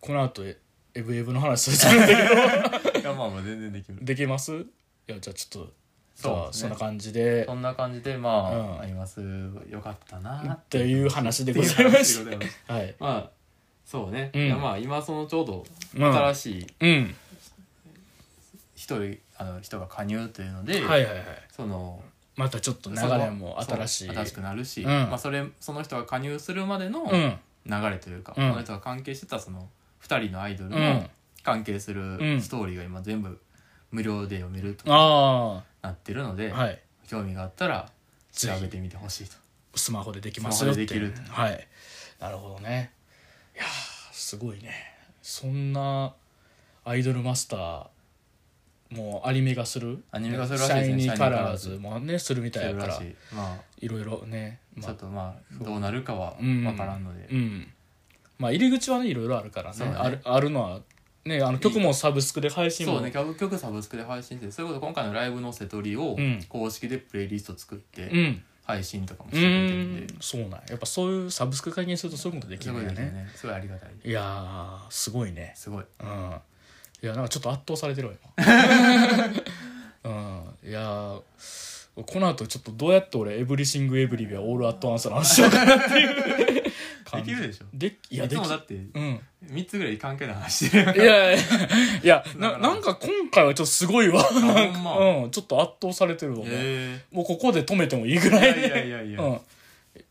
この後エエブエブの話するんだけどいやまあまあ全然できる できますいやじゃあちょっとじそうゃあですねそんな感じでそんな感じでまあ、うんあります良かったなっていう話でってごいうざいま話しでございますたはいまあそうね、うんいやまあ今そのちょうどうん新しいうん一人あの人が加入というので、はいはいはいそのまたちょっと流れも新しいそう新しくなるし、うんまあ、それその人が加入するまでのうん流れというか、うんこの人が関係してたその2人のアイドルうのん関係すうるんストーリーが今全部無料で読めるとかあなってるので、あはい興味があったら調ぜひべてみてほしいと。スマホでできますよってスマホでできるはいなるほどねいやーすごいねそんなアイドルマスターもうアニメがするアニメ化するらしいですねシャイニーカラーシャズイもねするみたいやからそうらしいまあいろいろね、まちあ、ょっとまあどうなるかはうん分からんので、うんまあ入り口はねいろいろあるからねそうねあるあるのはねあの曲もサブスクで配信もそうね楽曲サブスクで配信してそれこそ今回のライブの瀬取りをうん公式でプレイリスト作ってうん配信とかもしうてくれてるんで、んそうなんややっぱそういうサブスク解禁するとそういうことできするごいんでやすよねねすごいありがたいいやーすごいねすごいうんいやなんかちょっと圧倒されてるわ今、うん、いやーこの後ちょっとどうやって俺エブリシングエブリビアオールアットアンサーの話しようかなっていうで感きじるでしょでいいやでつきもだって うん3つぐらい関係ない 話していやるいやいやだなからなんか今回はちょっとすごいわ ほんまなんかうん、ちょっと圧倒されてるわ、えもうここで止めてもいいぐー、いらいやいやいやいや、うん、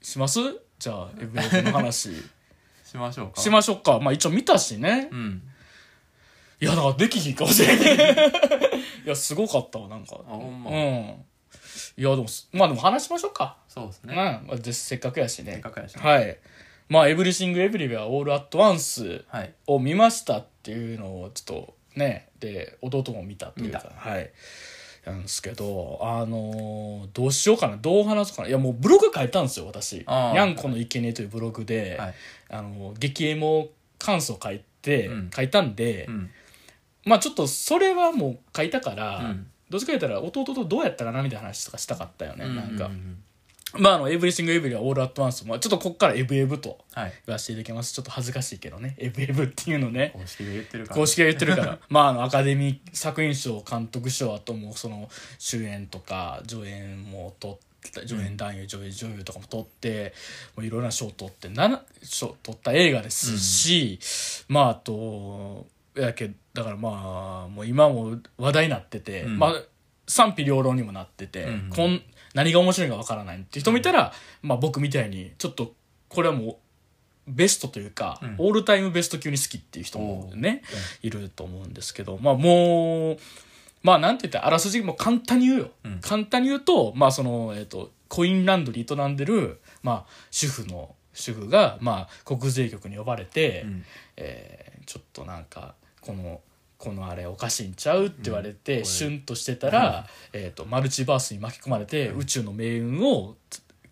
しますじゃあエブリビアの話しましょうかしましょうかまあ一応見たしねうんいや、だからできひんかもしれない。いや、すごかったわ、なんか。あほんまうん。いや、でもす、まあでも話しましょうか。そうですうねん、まあ、ぜせっかくやしせっね。かくやしねはい。まあ、エブリシング・エブリウェア・オール・アット・ワンスはいを見ましたっていうのを、ちょっとね、で、弟も見たという見か、はい。なんですけど、あのーどうしようかな、どう話そうかな。いや、もうブログ書いたんですよ、私。あーヤンコのいけねえというブログで、はいあの、激エモ感想書いて、うん書いたんで、うんまあちょっとそれはもう書いたから、うんどっちか言ったら弟とどうやったかなみたいな話とかしたかったよね、なんかうううんまああの「エブリシング・エブリはオール・アット・ワンス」まあちょっとこっから「エブエブ」とはい言わせていただきますちょっと恥ずかしいけどね「エブエブ」っていうのね公式で言ってるから公式が言ってるから まああのアカデミー作品賞監督賞あともうその主演とか助演も取って助演男優助演女優とかも取ってもういろんな賞取ってな賞取った映画ですし、まああとやけだからまあもう今も話題になってて、うんまあ賛否両論にもなってて、うんこん何が面白いかわからないって人もいたら、まあ僕みたいにちょっとこれはもうベストというか、うんオールタイムベスト級に好きっていう人もね、いると思うんですけど、まあもう、まあなんて言ったら、あらすじも簡単に言うよ。うん簡単に言うと、まあその、えっ、と、コインランドリー営んでる、まあ主婦の、主婦が、まあ国税局に呼ばれて、うんえーちょっとなんかこのこのあれおかしいんちゃうって言われて、うんシュンとしてたら、えー、とマルチバースに巻き込まれて、宇宙の命運を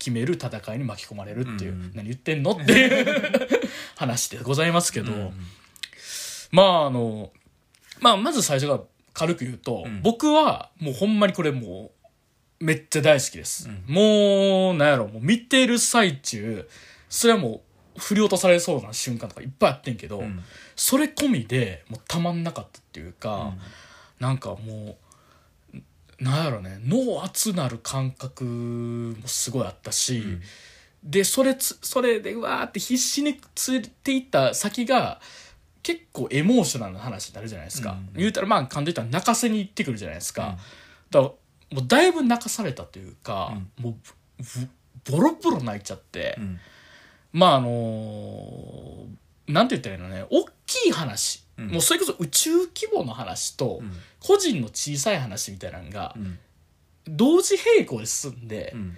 決める戦いに巻き込まれるっていう、うん何言ってんのっていう 話でございますけど、うんまああの、まあ、まず最初が軽く言うと、うん僕はもうほんまにこれもうめっちゃ大好きです、うもうなんやろもう見てる最中それはもう振り落とされそうな瞬間とかいっぱいあってんけど、うんそれ込みでもうたまんなかったっていうか、なんかもうなんやろね脳熱なる感覚もすごいあったし、んでそれつそれでわーって必死についていった先が結構エモーショナルな話になるじゃないですか、うん言うたらまあ簡単に言ったら泣かせに行ってくるじゃないですか、だからもうだいぶ泣かされたというか、もうぶぶボロボロ泣いちゃって、うんまああのーなんて言ったらいいのね大きい話、うんもうそれこそ宇宙規模の話と、うん個人の小さい話みたいなのがうん同時並行で進んで、うん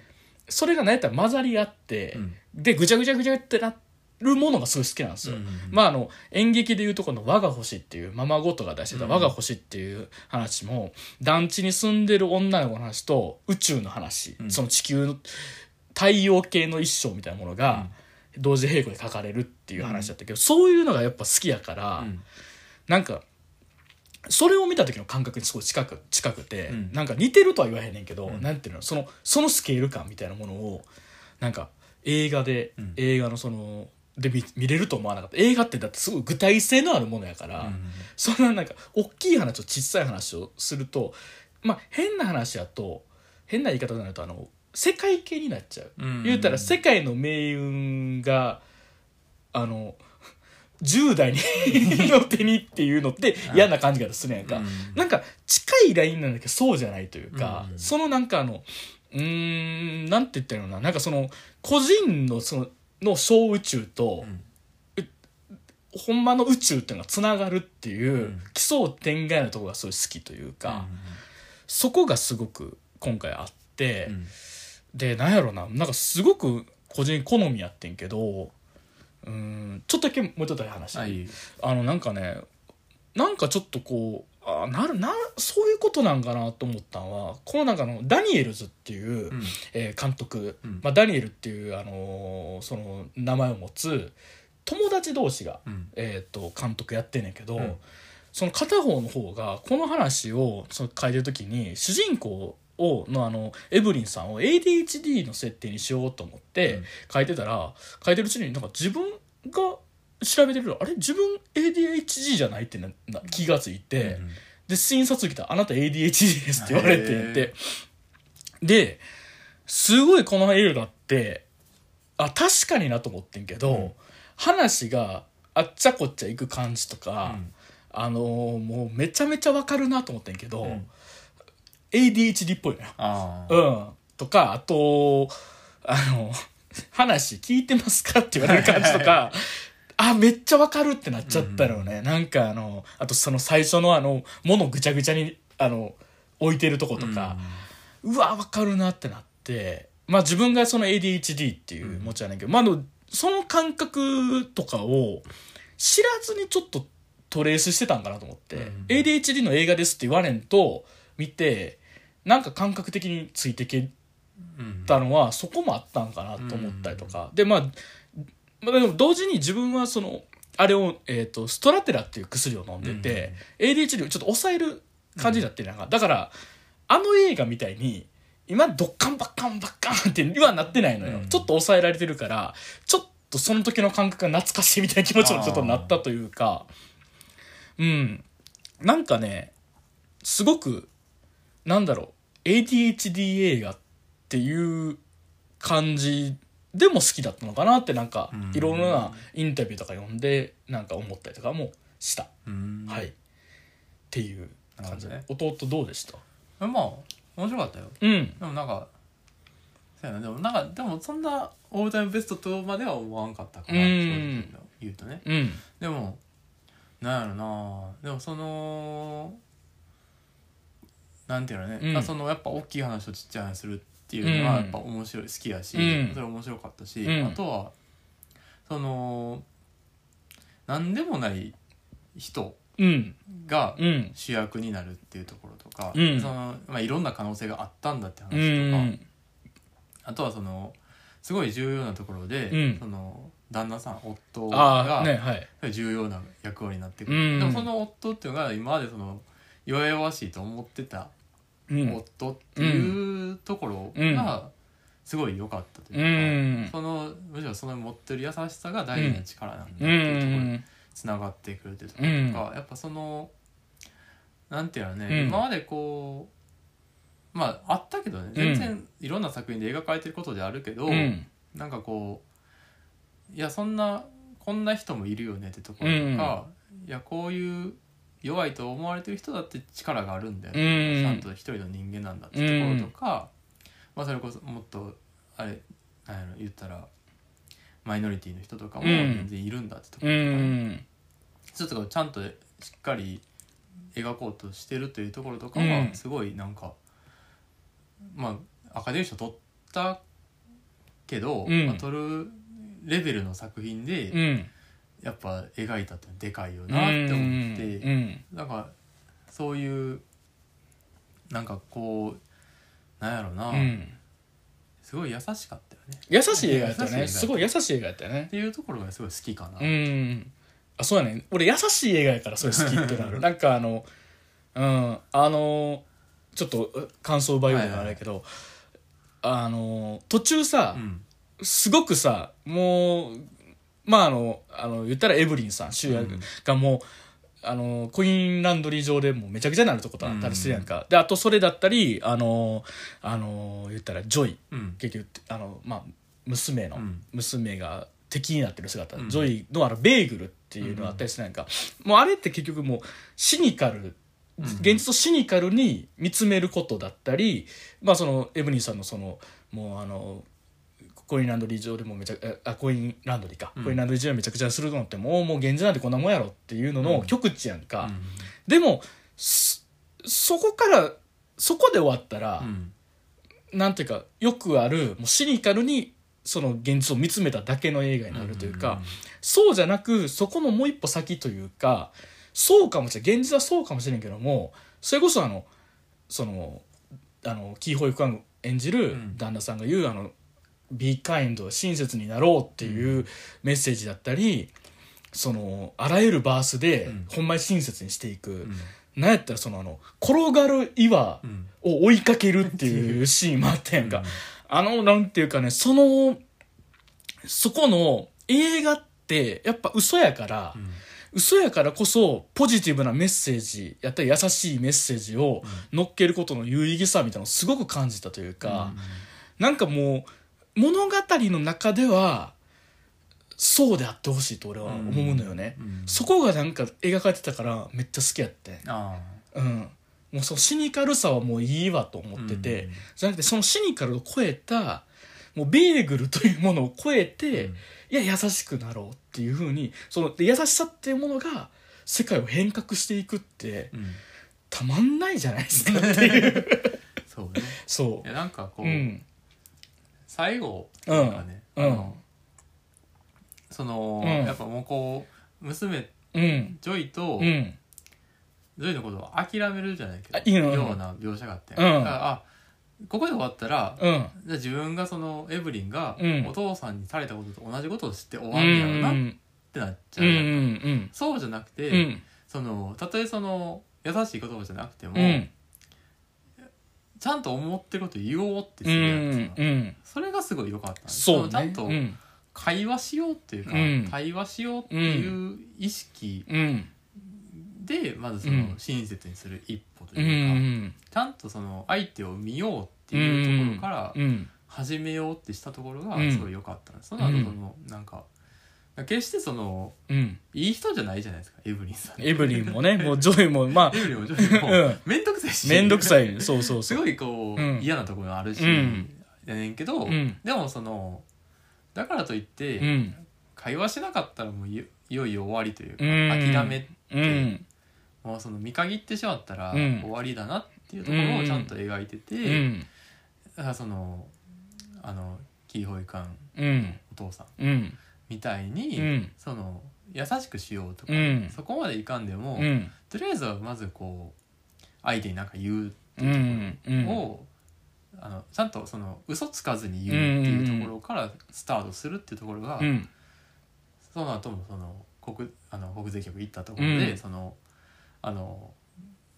それが何やったら混ざり合って、うんでぐちゃぐちゃぐちゃってなるものがすごい好きなんですよ。うんうんうんまああの演劇でいうとこの「我が星」っていうママごとが出してた「我が星」っていう話も、団地に住んでる女の子の話と宇宙の話、うんその地球の太陽系の一生みたいなものが同時並行で書かれるっていう話だったけど、そういうのがやっぱ好きやから、うんなんかそれを見た時の感覚にすごい近く近くて、うんなんか似てるとは言わへんねんけど、うんなんていうのそのそのスケール感みたいなものをなんか映画で、うん映画のそので見見れると思わなかった映画ってだってすごい具体性のあるものやから、うんそんななんか大きい話と小さい話をするとまあ変な話やと変な言い方になるとあの世界系になっちゃう、うん言うたら世界の命運があの10代に の手にっていうのって嫌な感じがするやんか、なんか近いラインなんだけどそうじゃないというか、うんそのなんかあのうーんなんて言ったらいいのかななんかその個人のそのの小宇宙と、うんほんまの宇宙っていうのがつながるっていう、ん奇想天外なところがすごい好きというか、そこがすごく今回あって、うんでなんやろななんかすごく個人好みやってんけどうーんちょっとだけもうちょっとだけ話してあいいあのなんかねなんかちょっとこうあなるなそういうことなんかなと思ったのはこの中のダニエルズっていう、うんえー監督、うんまあ、ダニエルっていう、あのーその名前を持つ友達同士が、うんえー、と監督やってんねんけど、うんその片方の方がこの話をその書いてる時に主人公をのあのエブリンさんを ADHD の設定にしようと思っうてん書いてたら、書いてるうちになんか自分が調べてるとあれ自分 ADHD じゃないってなな気がついて。うんで診察来たら「あなた ADHD です」って言われていてですごいこの映画ってあ確かになと思ってんけど、うん話があっちゃこっちゃ行く感じとか、うんあのーもうめちゃめちゃわかるなと思ってんけど、うん ADHD っぽいのよ。ああうん、とかあとあの「話聞いてますか?」って言われる感じとか。あ、めっちゃわかるってなっちゃったのね。なんかあの、あとその最初のあの、物ぐちゃぐちゃに、あの、置いてるとことか、うわ、わかるなってなって、まあ自分がその ADHD っていう持ちやねんけど、まあでも、その感覚とかを知らずにちょっとトレースしてたんかなと思って、うん ADHD の映画ですって言われんと見て、なんか感覚的についてけうんったのはそこもあったんかなと思ったりとか、でまあまあでも同時に自分はそのあれを、えー、とストラテラっていう薬を飲んでて、ADHD をちょっと抑える感じだってなんか、だからあの映画みたいに今ドッカンバッカンバッカンってはなってないのよ、うんちょっと抑えられてるからちょっとその時の感覚が懐かしいみたいな気持ちもちょっとなったというかうんなんかねすごくなんだろう ADHD 映画っていう感じでも好きだったのかなってなんかうんいろんなインタビューとか読んでなんか思ったりとかもした、うんはいっていう感じ、なる弟どうでしたまあ面白かったようんでもなんかそうやなでもなんかでもそんなオールタイムベストとまでは思わんかったかなうん正直言うとねうんでもなんやろなでもそのなんていうのね、うんまあそのやっぱ大きい話とちっちゃい話するっていうのはうんやっぱ面白い好きやし、うんそれ面白かったし、うんあとはその何でもない人うんがうん主役になるっていうところとか、うんそのまあ、いろんな可能性があったんだって話うとか、んあとはそのすごい重要なところで、うんその旦那さん夫あがあねはい重要な役割になってくうる、んでもその夫っていうのが今までその弱々しいと思ってたうん夫っていうところがすごい良かったといううか、んそのむしろその持ってる優しさが大事な力なんだってういうところにんつながってくるっていうところとか、やっぱそのなんていうのね、うん今までこうまああったけどね全然いろんな作品で描かれてることであるけど、うんなんかこういやそんなこんな人もいるよねってところとか、いやこういう弱いと思われてる人だって力があるんだよ、うねちゃんんと一人の人間なんだってところとか、まあ、それこそもっとあれなんやろ言ったらマイノリティの人とかもうん全然いるんだってとこうろとか、んちょっとちゃんとしっかり描こうとしてるというところとかうんはすごいなんか、まあアカデミー賞取ったけど、うんまあ、取るレベルの作品で、うんやっぱ描いたってでかいよなって思って、うんなんかそういうなんかこうなんやろうな、うんすごい優しかったよね優しい映画やったよ優しい映画やねったすごい優しい映画やったよねっていうところがすごい好きかな。うんあそうやね俺優しい映画やからそれ好きってな るなんかあのうんあのちょっとう感想奪いようではあれやけど、あの途中さう、んすごくさもうまああのあの言ったらエブリンさん主う役んがもう、あのコインランドリー上でもうめちゃくちゃになるとことあったりするやんか、であとそれだったりあのあの言ったらジョイうん結局あの、まあ、娘の、うん娘が敵になってる姿、うんジョイのあのベーグルっていうのがあったりしてなんか、もうあれって結局もうシニカルうん現実をシニカルに見つめることだったり、まあ、そのエブニーさんのそのもうあのコインランドリー上でもめちゃえあコインランドリーか、うんコインランドリー上でめちゃくちゃするのってもうもう現実なんてこんなもんやろっていうのうのん極致やんか、うんでもそそこからそこで終わったら、うんなんていうかよくあるもうシニカルにその現実を見つめただけの映画になるというか、そうじゃなくそこのもう一歩先というかそうかもしれない現実はそうかもしれんけどもそれこそあのそのあのキーホイクアン演じるうん旦那さんが言う、あの「Be kind 親切になろう」っていうメッセージだったり、そのあらゆるバースで、うんほんまに親切にしていく、うんなんやったらそのあの転がる岩うんうんを追いかけるっていうシーンもあったやんか、あの、なんていうかね、その、そこの映画って、やっぱ嘘やから、うん嘘やからこそ、ポジティブなメッセージ、やったり優しいメッセージを乗っけることの有意義さみたいなのをすごく感じたというか、なんかもう、物語の中では、そうであってほしいと俺は思うのよね。うんうんそこがなんか描かれてたから、めっちゃ好きやって。あうん。もうそのシニカルさはもういいわと思ってて、うんじゃなくてそのシニカルを超えたもうベーグルというものを超えーて、いや優しくなろうっていうふうにそので優しさっていうものが世界を変革していくってうんうんたまんないじゃないですかって いうそうねそいやなんかうこううん最後うんなんかねうんあのそのうんやっぱもうこう娘うんジョイとうんジョイのことを諦めるじゃないあけいいどのような描写があってうだんからあここで終わったらうんじゃあ自分がそのエブリンがうんお父さんにされたことと同じことをして終うわんるんやろうなってなっちゃうんううやんんそうじゃなくて、うんうんそのたとえその優しい言葉じゃなくても、うんちゃんと思ってること言おうってすうるやつが、んうんそれがすごい良かったんですそうねちゃんとうん会話しようっていうか、うん対話しようっていう意識うんでまずそうのん親切にする一歩とういうか、んちゃんとその相手を見ようっていうところからうん始めようってしたところがうんすごい良かったんです、その後そのなんか決してそのうんいい人じゃないじゃないですかエブリンさんエブリンもねもうジョイもまあエブリンもちょっ とうもうん面倒くさいし面倒くさいいそうそうすそうごいこう、うん嫌なところもあるし、うんやねんけど、うんでもそのだからといって、うん会話しなかったらもういいよいよ終わりというか、うん諦めうんもうその見限ってしまったらうん終わりだなっていうところをちゃんと描いてて、うんだからそのあのキーホイカンうんお父さんうんみたいに、うんその優しくしようとか、うんそこまでいかんでも、うんとりあえずはまずこう相手に何か言ううんうんを、あのちゃんとその嘘つかずに言うっていうところからスタートするっていうところが、うんその後もその国あの国税局行ったところで、うんそのあの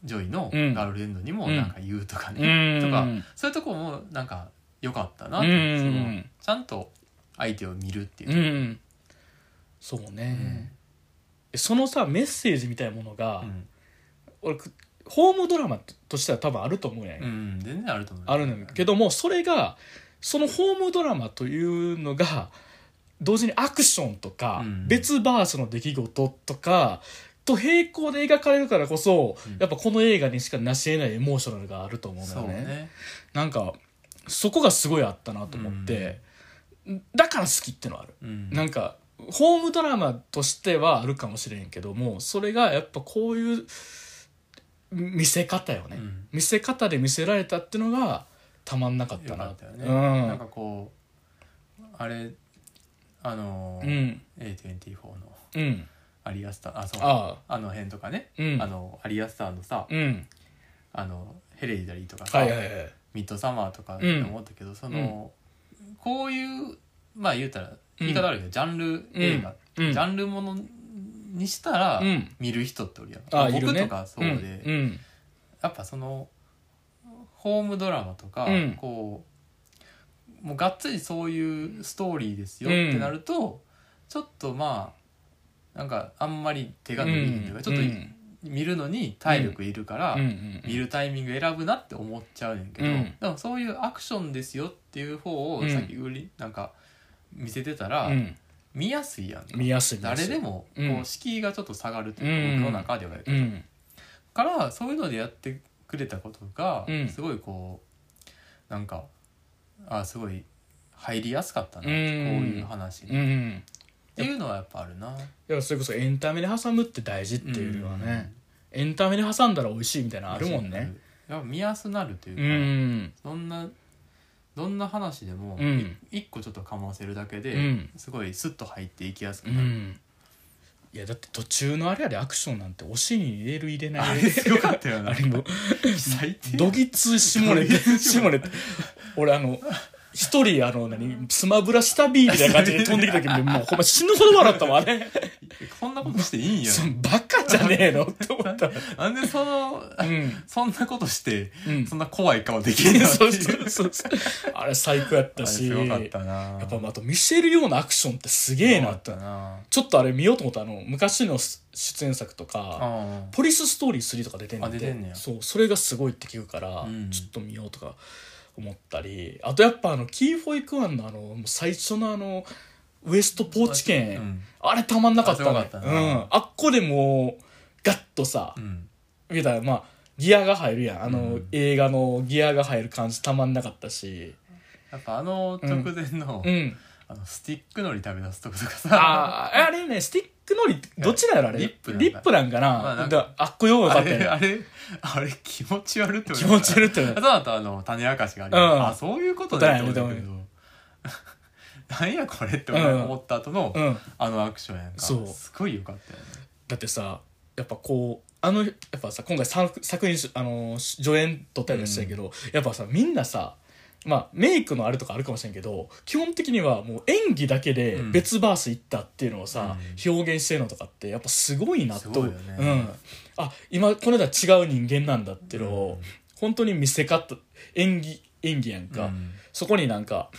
ジョイのうんガールフレンドにもなんか言うとかうね、んとかそういうところもなんか良かったなうと、んそのちゃんと相手を見るっていうう、んそうねそのさメッセージみたいなものがうん俺くホームドラマとしては多分あると思うやんうやん全然あると思うあるんだけどもそれがそのホームドラマというのが同時にアクションとかうん別バースの出来事とかと並行で描かれるからこそうんやっぱこの映画にしかなし得ないエモーショナルがあると思うのそうよね。ねなんかそこがすごいあったなと思って、だから好きってのはある、うんなんかホームドラマとしてはあるかもしれんけどもそれがやっぱこういう見せ方よね、うん見せ方で見せられたってのがたまんなかったよなかったよね、うなんかんこうあれあのう、ん A24 のうんアリアスターあそうあああの辺とかね、うんあのアリアスターのさ、うんあのヘレディタリーとかさ、はいはいはいミッドサマーとかうん思ったけど、そのこういうまあ言うたら言い方あるけど、ジャンル映画、うんジャンルものにしたらうん見る人っておるやん、ああいる僕ねとかそうで、うんやっぱそのホームドラマとか、うんこうもうがっつりそういうストーリーですよってなると、ちょっとまあなんかあんまり手うがん伸びるというか、ちょっとうん見るのに体力いるから、うんうん見るタイミング選ぶなって思っちゃうねんけど、うんでもそういうアクションですよっていう方をうんさっき売り、なんか見せてたら、うん見やすいやん見やすい誰でももこうんう敷居がちょっと下がるとういんうか、僕の中ではやけうどんからそういうのでやってくれたことがうんすごいこうなんかあすごい入りやすかったな、うんこういう話に、うっんていうのはやっぱあるな。いやそれこそエンタメで挟むって大事っていうのはね、エンタメで挟んだら美味しいみたいなうんのあるもんね。やっぱ見やすなるといううんか、どんなどんな話でもうんい一個ちょっとかませるだけうで、んすごいスッと入っていきやすくうなる、んいやだって途中のあれやでアクションなんてお尻に入れる入れなあいれ入れすごかったよなあれも最低どぎつ下れて どぎつ下れて俺あの一人あの何スマブラ下ビーみたいな感じで飛んできた時に もうほんま死ぬほど笑ったわあれこんなことしていいんやそんバカじゃねえのって思ったなんでそのうんそんなことしてうん そんな怖い顔できんの そうそうそうそうあれ最高やっあたれしすごかったなやっぱあと見せるようなアクションってすげえなってすごかったなちょっとあれ見ようと思ったあの昔の出演作とかあ「ポリスストーリー3」とか出てんねあ出てんねやそうそれがすごいって聞くから、うんちょっと見ようとか思ったりあとやっぱあのキー・フォイ・クワンのあのもう最初のあのウエストポーチあ券、うんあれたまんなかったねあすごかったう、なんあっこでもうガッとさ、うんみたいなまあギアが入るやんあの、うん映画のギアが入る感じたまんなかったしやっぱあの直前の,、うんあのスティックのり食べ出すとことかあさーあれねスティックのりどっちなんやろあれリップなんだリップなんかな,、まあなんかだからあっこようよかあったよれねあれあれ気持ち悪いって思い気ま持したち悪いってなあとあとあの種明かしがあります、うんあそういうことだって思った答えけやねど なんやこれって俺が思った後の、うんあのアクションやんかそうすごいよかったよねだってさやっぱこうあのやっぱさ今回作作品しあのし助演撮ったりもしたけど、やっぱさみんなさまあメイクのあれとかあるかもしれんけど基本的にはもう演技だけでうん別バース行ったっていうのをさ、う表現してるのとかってやっぱすごいなすとごいよねうん、あ今この間違う人間なんだっていうのを、うん本当に見せ方演技演技やんか、うんそこになんか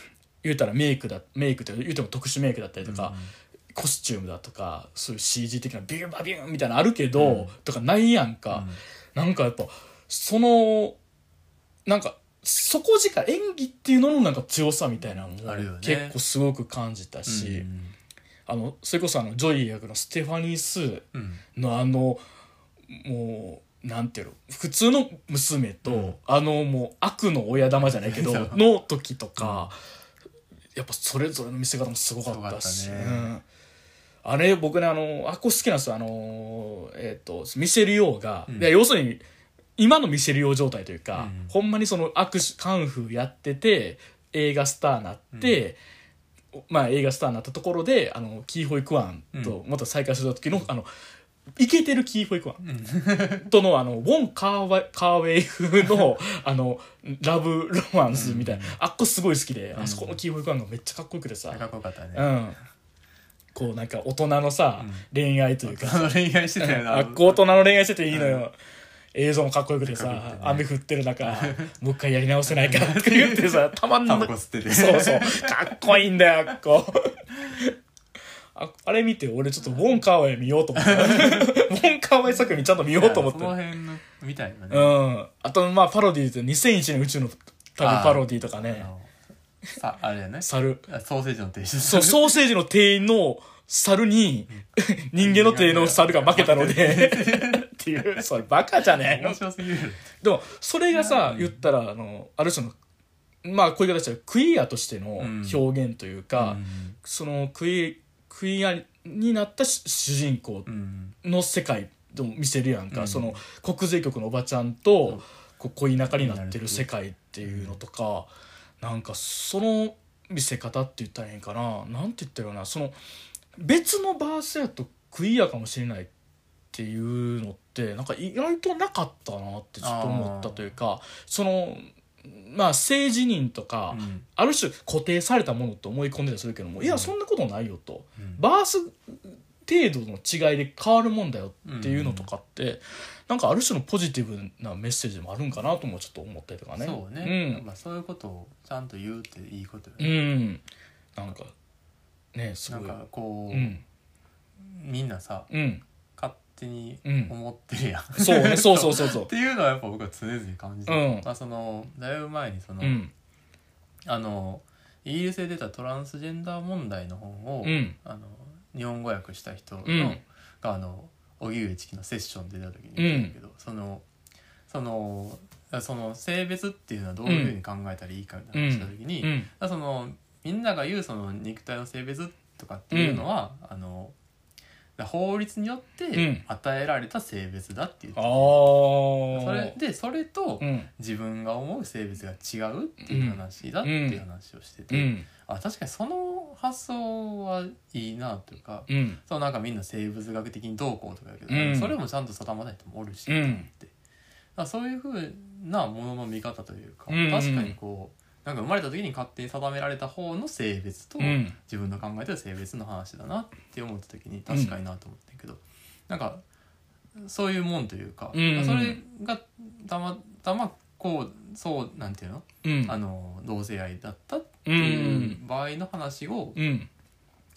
言うたらメイクだメイクって言うても特殊メイクだったりとか、コスチュームだとかそういう CG 的なビューバビューンみたいなのあるけど、うんとかないやんうんか、なんかやっぱそのなんか底力演技っていうののなんか強さみたいなのもあるよね結構すごく感じたし、あのそれこそあのジョイ役のステファニー・スーうんうんのあのもうなんていうの普通の娘と、うんあのもう悪の親玉じゃないけど そうの時とか、やっぱそれぞれの見せ方もすごかったしすごかっうたねんあれ僕ねあのあっこ好きなんですよあのえっ、とミシェル・ヨーが、うんいや要するに今のミシェル・ヨー状態というか、うんほんまにその握手カンフーやってて映画スターになって、まあ映画スターになったところであのキーホイ・クワンとまた再会した時の、あのイケてるキー・フォイクワン とのあのウォン・カーワカーウェイ風 のあのラブロマンスみたいな、あっこすごい好きで、んあそこのキー・フォイクワンがめっちゃかっこよくてさ、かっこよかったうねん、こうなんか大人のさ、うん恋愛というかあの恋愛してたよなあっこ大人の恋愛してていいのよ、映像もかっこよくてさ、かっこよくてね雨降ってる 中もう一回やり直せないかって言ってさたまんタなバコ吸っててそうそう。かっこいいんだよ、あっこ。ああれ見て、俺ちょっとウォン・カーウェイ見ようと思って。ウォン・カーウェイ作品ちゃんと見ようと思っそのて。辺のみたいなうねん。あと、まあ、パロディーで2001年宇宙の旅パロディーとかあね。のさあれやね猿。あソーセージの停止そう、ソーセージの店員の猿に、人間の店員の猿が負けたので、っていう、 それバカじゃねえの面。白すぎるでも、それがさ、言ったら、あの、ある種の、まあ、こういう形でクイアとしての表現というか、うんそのクイクイアになったし主人公うんの世界を見せるやんか、うんその国税局のおばちゃんうとんこう恋仲になってる世界っていうのとか、なんかその見せ方って言ったらいいんかななんて言ったらいいかなその別のバースやとクイアかもしれないっていうのってなんか意外となかったなってちょっと思ったというかそのまあ性自認とか、うんある種固定されたものと思い込んでたりするけどもいやそんなことないよとうんバース程度の違いで変わるもんだよっていうのとかってなんかある種のポジティブなメッセージもあるんかなともちょっと思ったりとかね。そうね、やっぱそういうことをちゃんと言うっていいことようん、ね、うん、なんかねすなごんい。かこうう、んみんなさうん勝手にうん、思ってるやん、 そうねそうそううそうそうっ。ていうのはやっぱ僕は常々感じてる、うんまあ、そのだいぶ前にその、うんあのイギリスで出たトランスジェンダー問題の本を、うんあの日本語訳した人の、うんがあの荻上チキのセッションで出た時に言ってたけど、そのそのその性別っていうのはどういうふうに考えたらいいかみたいな話した時に、うんだからそのみんなが言うその肉体の性別とかっていうのは、あのだから法律によっうてん与えられた性別だっていう、ああそれでそれとうん自分が思う性別が違うっていう話だっていう話をしてて、うんあ確かにその発想はいいなというか、うんそうなんかみんな生物学的にどうこうとかだけど、うんそれもちゃんと定まらない人もおるし、うんと思ってだからそういうふうなものの見方というか、うんうん確かにこうなんか生まれた時に勝手に定められた方の性別と、うん自分の考えてる性別の話だなって思った時に確かになと思ってんけど、なんかそういうもんというか、うんうんそれがたまたまこうそうなんていうの,、うんあの同性愛だったってういうん場合の話を、うん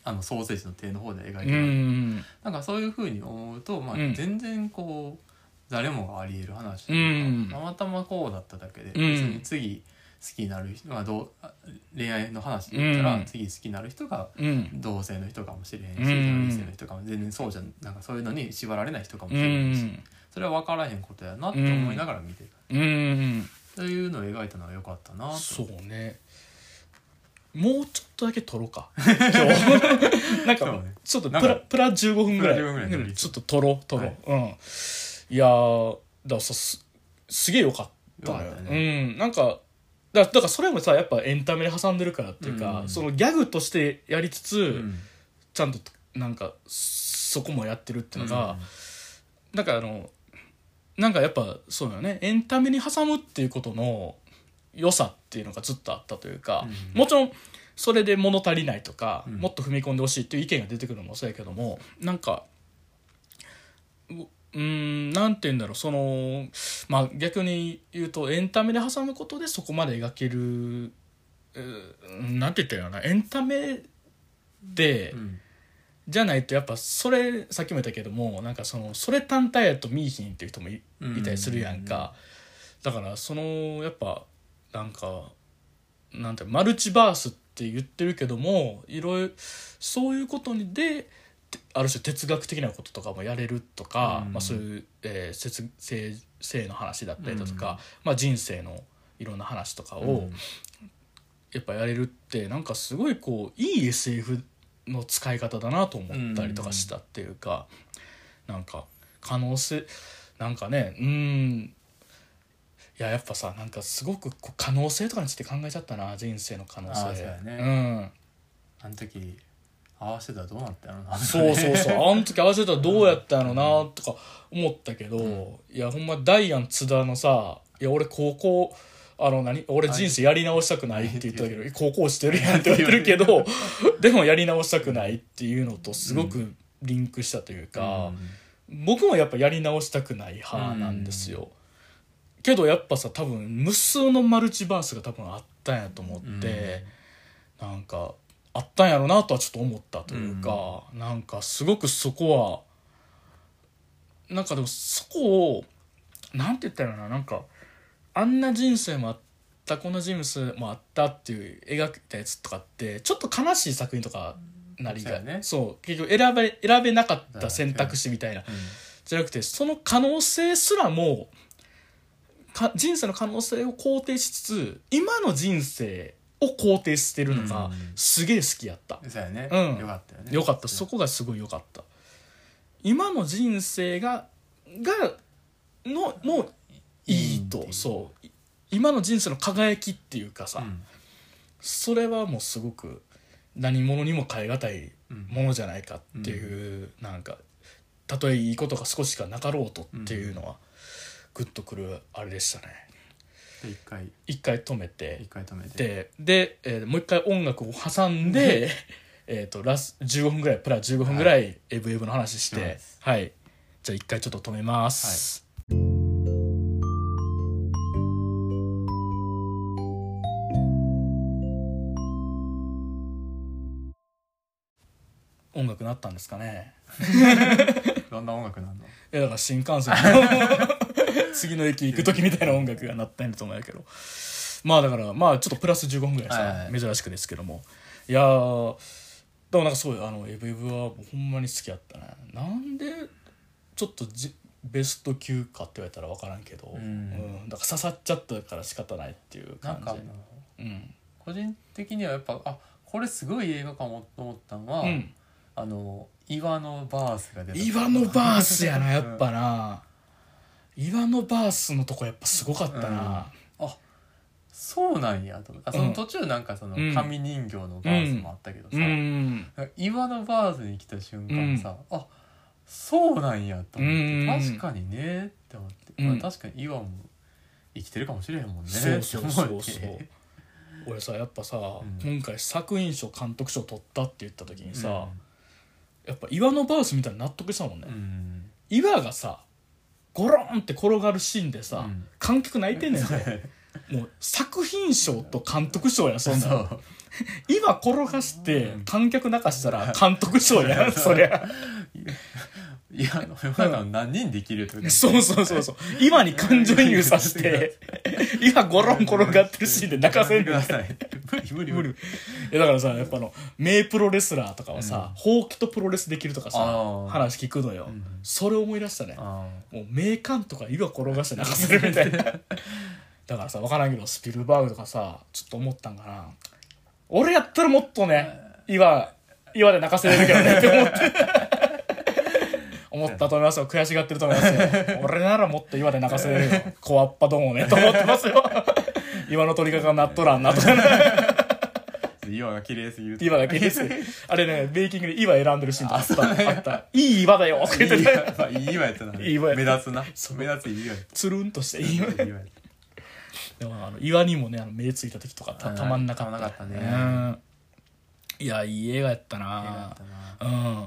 あのソーセージの手の方で描いてたうんうんなんかそういうふうに思うと、まあうん、全然こう誰もがあり得る話とうんいうかたまたまこうだっただけうで、ん別に次好きになる人、まあ、どうあ恋愛の話で言ったら、うん次好きになる人がうん同性の人かもしれへんし、うん異性の人かも全然そうじゃんなんかそういうのに縛られない人かもしうれないし、んそれは分からへんことやなって思いながら見てた、うんというのを描いたのは良かったなとそうねもうちょっとだけ撮ろうか今日なんそうかねちょっとプなんラかプラ15分ぐらいプラ15分ぐらいちょっと撮ろう撮ろう、うんいやーだからさすすげえよかった良かったうんなんかだだからそれもさやっぱエンタメで挟んでるからっていうか、うんそのギャグとしてやりつつ、うんちゃんとなんかそこもやってるっていうのうがん、なんかあのなんかやっぱそうだよねエンタメに挟むっていうことの良さっていうのがずっとあったというか、うんもちろんそれで物足りないとか、うんもっと踏み込んでほしいっていう意見が出てくるのもそうやけどもなんかううーんなんて言うんだろうそのまあ逆に言うとエンタメで挟むことでそこまで描けるうーなんて言ったらいいのかなエンタメで、うんじゃないとやっぱそれさっきも言ったけどもなんかそのそれ単体やと見いひんっていう人もいうんいたりするやんか、だからそのやっぱなんかなんてマルチバースって言ってるけどもいろいろそういうことにでてある種哲学的なこととかもやれるとか、うんまあ、そういう、えー、節性性の話だったりだとか、まあ、人生のいろんな話とかを、うんやっぱやれるってなんかすごいこういい SF の使い方だなと思ったりとかしたっていうか、なんか可能性なんかねうんいややっぱさなんかすごくこう可能性とかについて考えちゃったな人生の可能性あーそうやねうんあの時合わせたらどうなったのなそうそうそうあの時合わせたらどうやったのなとか思ったけど、いやほんまダイアン津田のさ「いや俺高校あの何俺人生やり直したくない」って言ったけ ど「高校してるやん」って言われてるけどでもやり直したくないっていうのとすごくリンクしたというか、僕もやっぱやり直したくない派なんですよ。けどやっぱさ多分無数のマルチバースが多分あったんやと思って、なんかあったんやろなとはちょっと思ったというか、なんかすごくそこはなんかでもそこをなんて言ったらいいのかななんかあんな人生もあったこんな人生もあったっていう描いたやつとかってちょっと悲しい作品とかなりそうがやねそう結局選べ選べなかった選択肢みたいなうんじゃなくてその可能性すらもか人生の可能性を肯定しつつ今の人生を肯定してるのうがんすげえ好きやった、そうやね、うんよかったよねよかったそこがすごいよかった今の人生ががのもういいいいっとていうそうい今の人生の輝きっていうかさ、うんそれはもうすごく何者にも代え難いものじゃないかっていう、なんかたとえいいことが少しかなかろうとっていうのは、グッとくるあれでしたねで一回一回止め一て回止めてでで、えーもう一回音楽を挟んで えーとラス15分ぐらいプラ15分ぐらいエブエブの話して、しはいますじゃあ一回ちょっと止めます、音楽なったんですかねどんな音楽なんのいやだから 新幹線の次の駅行く時みたいな音楽が鳴ったんだと思うんやけどまあだからまあちょっとプラス15分ぐらいさ、はいはいはい珍しくですけどもいやーでもなんかすごいあのエブエブはほんまに好きやったねなんでちょっとじベスト級かって言われたら分からんけど、うんだから刺さっちゃったから仕方ないっていうな感んかじうん個人的にはやっぱあこれすごい映画かもと思ったのは、うんあの岩のバースが出たイワノバースや なやっぱな、イワノバースのとこやっぱすごかったな、あそうなんやと思ってあその途中なんかそのうん紙人形のバースもあったけどさ、うん、うん岩のバースに来た瞬間さ、あそうなんやと思って、うん確かにねって思って、うんまあ、確かに岩も生きてるかもしれへんもんねそうそうってそ思っうそうて俺さやっぱさ、ん今回作品賞監督賞取ったって言った時にさ、うんやっぱ岩のバースみたいに納得したもんね、うん岩がさゴロンって転がるシーンでさ、うん観客泣い てんねんでもう作品賞と監督賞やんそんなそんう岩転がして観客泣かしたら監督賞やんそりゃいや世の中の何人できるってことそうそうそう そう今に感情移入させて岩ゴロン転がってるシーンで泣かせんくねんださい無理無理無無理理いやだからさやっぱあの名プロレスラーとかはさ、ほうきとプロレスできるとかさあー話聞くのよ、んそれを思い出したねあもう名監とか岩転がして泣かせるみたいな だからさ分からんけどスピルバーグとかさちょっと思ったんかな俺やったらもっとね岩岩で泣かせれるけどね って思って思ったと思いますよ悔しがってると思いますよ俺ならもっと岩で泣かせれるよ 小アッパどもねと思ってますよ岩の鳥りがなっとらんなとー岩が綺麗すぎる岩が綺麗 すぎるあれねベーキングで岩選んでるシーンとかあったあったいい岩だよって言って いいね岩まあいい岩やったな。 いい岩やった目立つな。目立ついい岩やっつるんとしていい岩た。いい岩やっでもあの岩にもねあの目ついた時とかたたまんなかった,、たまんなかったねうんいやいい映画やったたいい岩やなったなうん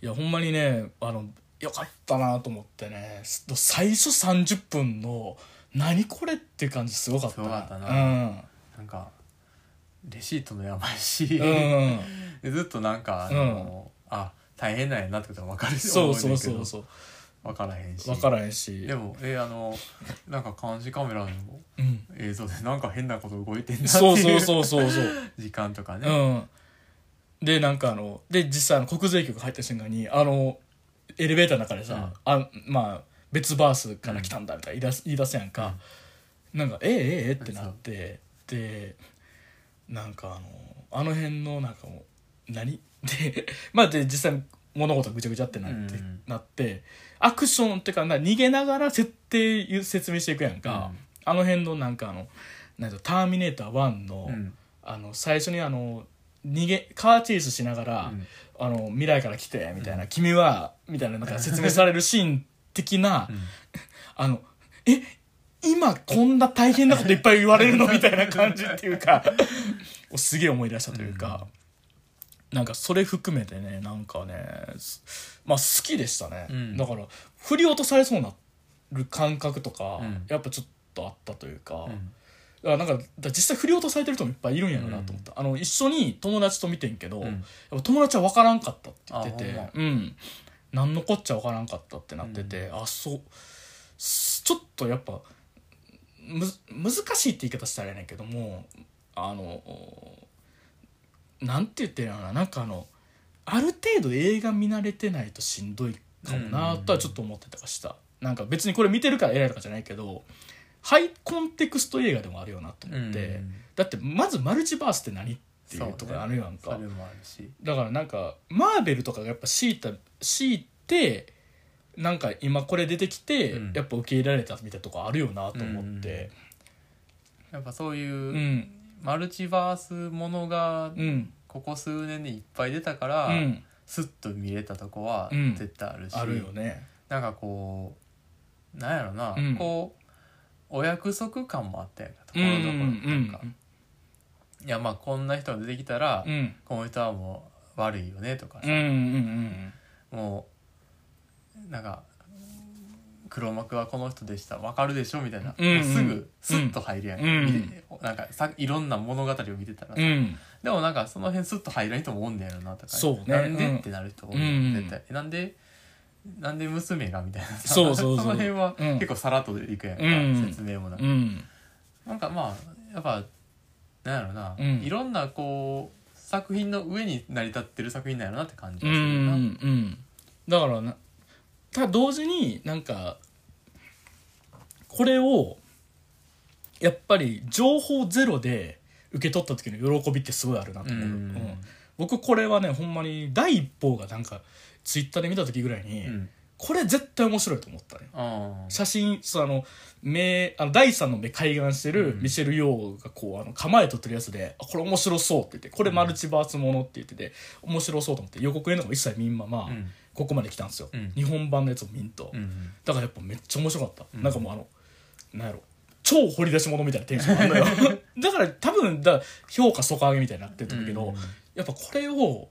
いやほんまにねあのよかったなと思ってねす最初30分の「何これ?」っていう感じすごかったすごかったななんか、レシートのやばいし、うん、うん、でずっとなんか、あの、あ、大変なんやなってことは分かるし、そうそうそうう。そう分からへんし。分からへんしでも、え、あの、なんか監視カメラのうん、映像でなんか変なこと動いてんなってそういそううそうそうそう 時間とかね。うん、でなんかあので実際あの国税局入った瞬間にあのエレベーターの中でさ、うんあまあ、別バースから来たんだみたいな言い出す,、言い出すやんか、なんかええええええってなってでなんかあのあの辺のなんかもう何 でまあで実際物事がぐちゃぐちゃってなって,、うんなってアクションっていうかな逃げながら設定言う説明していくやんか、うんあの辺のなんかあの「なんかターミネーター1」の、うんあの最初にあの逃げカーチェイスしながら、うんあの未来から来てみたいな、君はみたいななんか説明されるシーン的な、うんあのえ今こんな大変なこといっぱい言われるのみたいな感じっていうかをすげえ思い出したというか、なんかそれ含めてねなんかねすまあ好きでしたね、うんだから振り落とされそうになる感覚とか、うんやっぱちょっとあったというか。うんだからなんかだから実際振り落とされてる人もいっぱいいるんやろうなと思った、あの一緒に友達と見てんけど、うんやっぱ友達は分からんかったって言ってて、あほんまうん何のこっちゃ分からんかったってなってて、あそうすちょっとやっぱむ難しいって言い方したらあれやねんけどもあのおなんて言ってるのかななんかあのある程度映画見慣れてないとしんどいかもなとはちょっと思ってたかした、なんか別にこれ見てるから偉いとかじゃないけどハイコンテクスト映画でもあるよなと思って、うんだってまずマルチバースって何っていうとかあるやんそか、れもあるし。だからなんかマーベルとかがやっぱ強いた強いてなんか今これ出てきて、うんやっぱ受け入れられたみたいなとこあるよなと思ってやっぱそうういう、んマルチバースものがうんここ数年でいっぱい出たから、うんスッと見れたとこはうん絶対あるし、あるよねなんかこうなんやろな、うんこうお約束感もあったやんかとこうんうろどころなんんか、いやまあこんな人が出てきたら、うんこの人はもう悪いよねとかうんうんうさ、んもうなんか黒幕はこの人でしたわかるでしょみたいな、うんうんもうすぐスッと入るやんか、うん見てなんかさいろんな物語を見てたらうさ、んうんでもなんかその辺スッと入らん人もおんねやろなとか、そうねなんで、うんってなる人もうん絶対、なんでなんで娘がみたいなさそうそうそうの辺はうん結構さらっといくやんか、うん説明もな,、うんなんかまあやっぱなんやろな、うんいろんなこう作品の上に成り立ってる作品なんやろなって感じうんうがするな、んうんだからなただ同時になんかこれをやっぱり情報ゼロで受け取った時の喜びってすごいあるなと思う、うんうん僕これはねほんまに第一報がなんかツイッターで見た時ぐらいに、うんこれ絶対面白いと思ったねあー写真そうあの目あの第三の目開眼してるうんミシェル・ヨーがこうあの構えとってるやつで「あこれ面白そう」って言って「これマルチバースもの」って言ってて面白そうと思って予告編とかも一切見んままうんここまで来たんですよ、うん日本版のやつを見んと、うんだからやっぱめっちゃ面白かった、うんなんかもうあのなんやろ超掘り出し物みたいなテンションあん のよだから多分だ評価底上げみたいになってると思うけど、うんやっぱこれを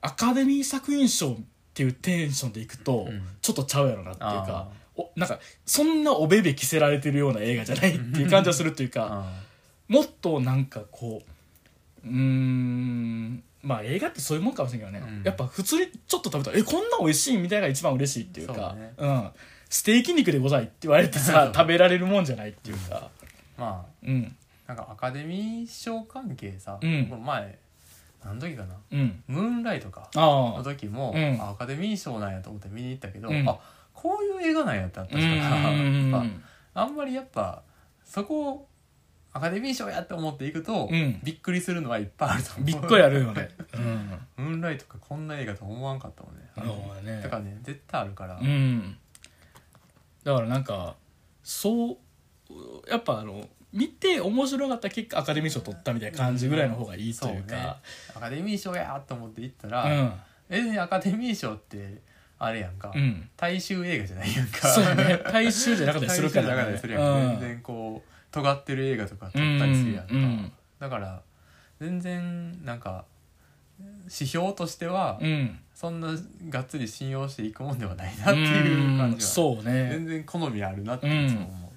アカデミー作品賞っていうテンションでいくと、うんちょっとちゃうやろなっていうかおなんかそんなおべべ着せられてるような映画じゃないっていう感じがするというかあもっとなんかこううーんまあ映画ってそういうもんかもしれないけどね、うんやっぱ普通にちょっと食べたら「えこんなん美味しい」みたいなのが一番嬉しいっていうそかうねん、ステーキ肉でございって言われてさ食べられるもんじゃないっていうかーまあうんなんかアカデミー賞関係さ、うんこれ前何時かなうんムーンライトかあのあ時も、うんあアカデミー賞なんやと思って見に行ったけど、うんあこういう映画なんやってなったうしんかうんら あんまりやっぱそこをアカデミー賞やって思っていくと、うんびっくりするのはいっぱいあると思う びっくりあるよね、うんムーンライトかこんな映画と思わんかったもんねなるほどねだからね絶対あるから、うんだからなんかそうやっぱあの見て面白かった結果アカデミー賞取ったみたいな感じぐらいの方がいいというかアカデミー賞やと思って行ったうんら、えアカデミー賞ってあれやんか、うん大衆映画じゃないやんかそうやね大衆じゃなかったりするから大衆映画ねでするうやん全ん然こう尖ってる映画とかう撮ったりするやんか、んだから全然なんか指標としてはうんそんながっつり信用していくもんではないなっていううん感じは、そうね全然好みあるなっていつも思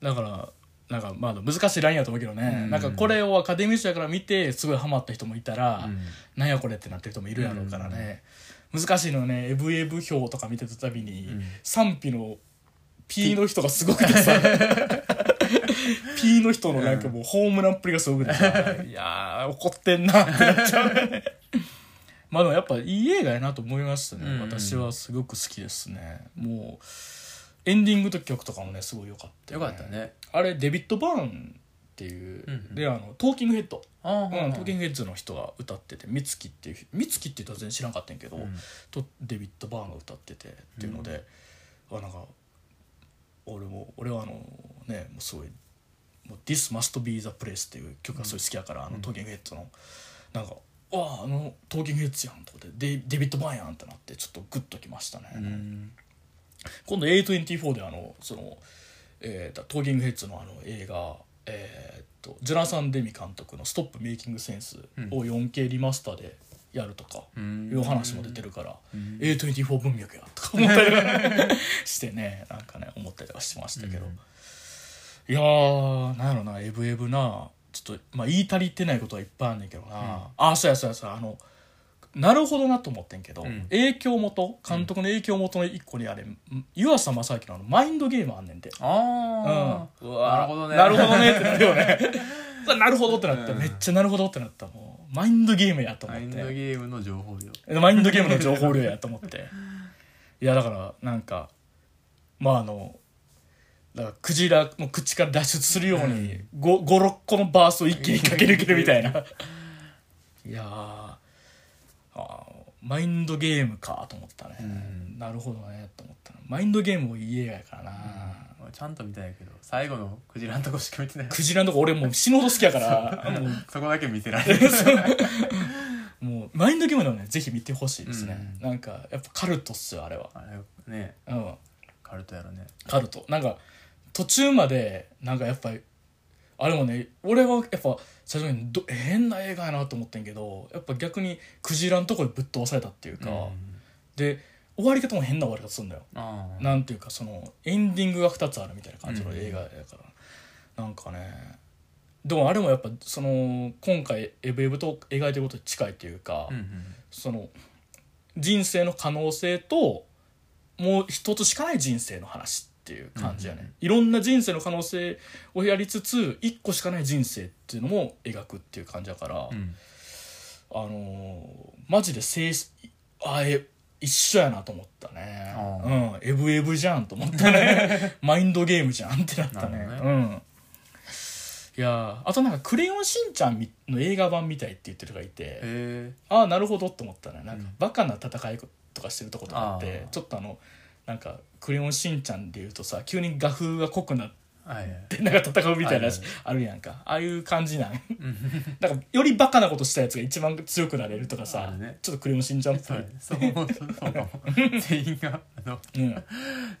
う、だからなんかまあ難しいラインやと思うけどね、うんなんかこれをアカデミー賞やから見てすごいハマった人もいたら、うんなんやこれってなってる人もいるやろうからね、難しいのよねエブエブ票とか見てたたびに、うん賛否の P の人がすごくて さ P の人のなんかもうホームランっぷりがすごくてさ、いやー怒ってんなってなっちゃう ねまあでもやっぱいい映画やなと思いましたね、うん私はすごく好きですねもうエンディングと曲とかもねすごい良かったよかったねあれデビッド・バーンっていう、うんうんであのトーキングヘッドあうん、トーキングヘッズの人が歌ってて「美月」っていう美月って言ったら全然知らんかったんやけど、とデビッド・バーンが歌っててっていうので、あなんか俺も俺はあのねもうすごい「もう This Must Be the Place」っていう曲がすごい好きやから、あのトーキングヘッズのなんか「わああのトーキングヘッズやん」とかでデデビッド・バーンやんってなってちょっとグッときましたね。うん今度 A24 であのその、えーとトーキングヘッズのあの映画、えーっとジョナサン・デミ監督の「ストップ・メイキング・センス」を 4K リマスターでやるとかうんいう話も出てるから、ん A24 文脈やとか思ったり してねなんかね思ったりはしましたけど、うんいやーなんやろなエブエブなちょっと、まあ、言い足りてないことはいっぱいあんねんけどな、あそうやそうやそうやあのなるほどなと思ってんけど、うん影響元監督の影響元の一個にあれん湯浅正明のあのマインドゲームあんねんて、うん、ああ、うわなるほどねなるほどねってなるよ ねうわなるほどってなった、うんめっちゃなるほどってなったもうマインドゲームやと思マっインドてゲームの情報量マインドゲームの情報量やと思っていやだからなんかまああのだからクジラの口から脱出するように56個のバースを一気に駆け抜けるみたいないやーあーマインドゲームかと思ったね、うんなるほどねと思ったなマインドゲームもいい映画やからな、ちゃんと見たんやけど最後のクジラのとこしか 見てないクジラのとこ俺もう死ぬほど好きやからもうそこだけ見てら れるもうマインドゲームなのねぜひ見てほしいですね、うなんかやっぱカルトっすよあれはあれねうんカルトやろねカルトなんか途中までなんかやっぱりあれもね俺はやっぱ最初にど変な映画やなと思ってんけどやっぱ逆にクジラのとこでぶっ飛ばされたっていうか、うんで終わり方も変な終わり方するんだよ、ああなんていうかそのエンディングが2つあるみたいな感じの映画やから、なんかねでもあれもやっぱその今回「エブエブ」と描いてることに近いというか、うんうんその人生の可能性ともう一つしかない人生の話っていう感じやね、いろんな人生の可能性をやりつつ一個しかない人生っていうのも描くっていう感じやから、うんあのーマジで精神あえ一緒やなと思ったねあうんエブエブじゃんと思った ねマインドゲームじゃんってなったねなるほうんいやーあとなんか「クレヨンしんちゃんみ」の映画版みたいって言ってる人がいて、えああなるほどと思ったねなんかうんバカな戦いとかしてるとことがあって、あーちょっとあのなんか「クレヨンしんちゃん」でいうとさ急に画風が濃くなっー、はいはいてなんか戦うみたいなやつはいあるやんかああいう感じなんなんかよりバカなことしたやつが一番強くなれるとかあさ、るねちょっと「クレヨンしんちゃん」っぽそい、うそうそうかも全員があのうん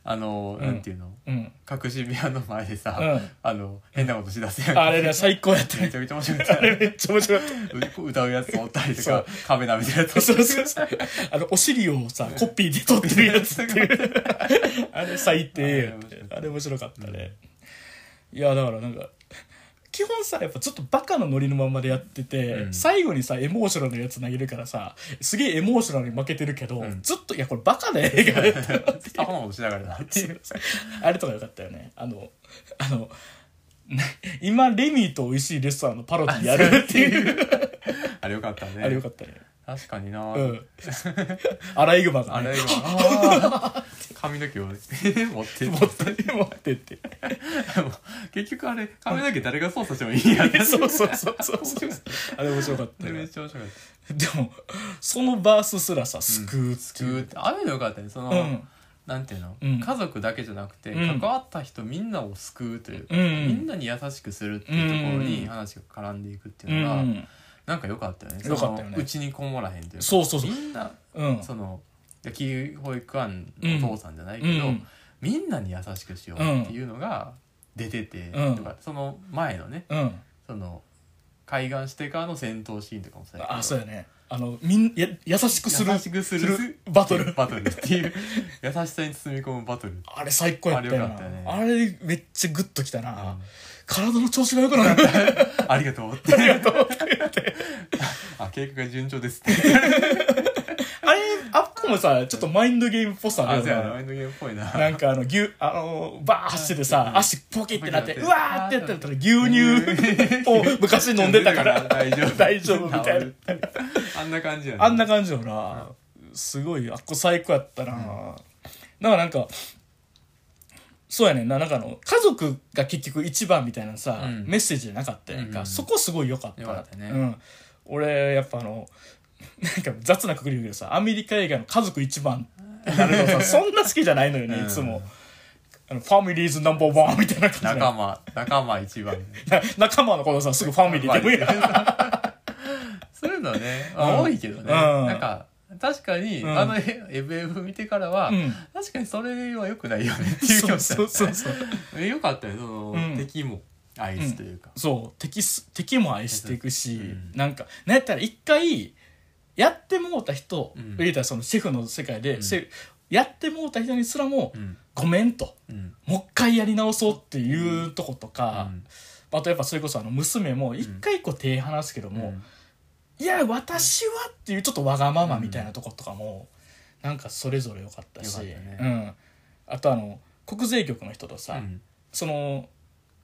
あの、うんなんていうのうん隠し部屋の前でさ、うんあの変なことしだすやんあれね最高やっためねちゃめちゃ面白か っあれめっちゃ面白かったう歌うやつおったりとそかうカメラみたいなやた つそうそうそうあのお尻をさコピーで撮ってるやつっていうあれ最低やってああれ面白かったね、いやだからなんか基本さやっぱちょっとバカのノリのまんまでやってて、うん最後にさエモーショナルなやつ投げるからさすげえエモーショナルに負けてるけど、うんずっといやこれバカな映画だよってアホなことしながらなっていうあれとかよかったよねあのあの な今レミーと美味しいレストランのパロディやるっていうあれよかったあれよねかったね確かにな、うん アライグマがあねれよあ ー髪の毛を 持って持って持ってって 結局あれ髪の毛誰が操作してもいいや つそうそうそうそうそうあれ面白か っためねっちゃ面白かっでもそのバースすらさ救うってたいう、ってああいうのよかったねその、うんなんていうの、うん家族だけじゃなくて、うん関わった人みんなを救うというか、うんみんなに優しくするっていうとこうろんに話が絡んでいくってういうのが、んなんか良かったよね良かったよねそのうちにこもらへんというかそうそうそうみんなうんその野球保育園のお父さんじゃないけど、うんみんなに優しくしようっていうのが出てて、うんとかその前のねうんその海岸してからの戦闘シーンとかもさあそうやねあのみんや優しくする優しくするするバトルバトルっ ていう優しさに包み込むバトルあれ最高やったよなああれよかったよねれめっちゃグッときたな、うん体の調子が良くなったありがとうって ありがとうあ計画が順調ですってあれあっこもさちょっとマインドゲームっぽさああるそうやよななマインドゲームっぽいななんかあの牛あのバーッ走っててさ足ポキってなってポキうってなってわーってやってたら牛 乳を昔飲んでたから大丈夫 大丈夫みたいなあんな感じやねあんな感じよな、すごいあっこ最高やったな、だからなんかそうやねんななんかあの家族が結局一番みたいなさ、うんメッセージじゃなかったやんか、うんそこすごい良かったな良かったねうん、俺やっぱあのなんか雑なくくり言うけどさアメリカ映画の「家族一番」ってなる のさそんな好きじゃないのよねいつも。あのファミリーズナンバーワンみたいな感じ仲な間仲間一番仲間のことさすぐファミ リーでもいいやん そういうのね、まあうん多いけどね、んなんか確かに、うんあのえエブエブ見てからは、うん 確かにそれは良くないよねっていう気そうもしたそうそうそうえ良かったよその、うん敵も愛すというか、そう敵す敵も愛していくし、うんなんかなんやったら一回やってもうた人、うん言うたらそのシェフの世界で、うんシェフやってもうた人にすらも「うんごめん」とうん「もう一回やり直そう」っていうとことうか、んあとやっぱそれこそあの娘も一回こう手離すけども「いや私は」っていうちょっとわがままみたいなとことかも、なんかそれぞれ良かったし良かったねうん、あとあの国税局の人とさ、うんその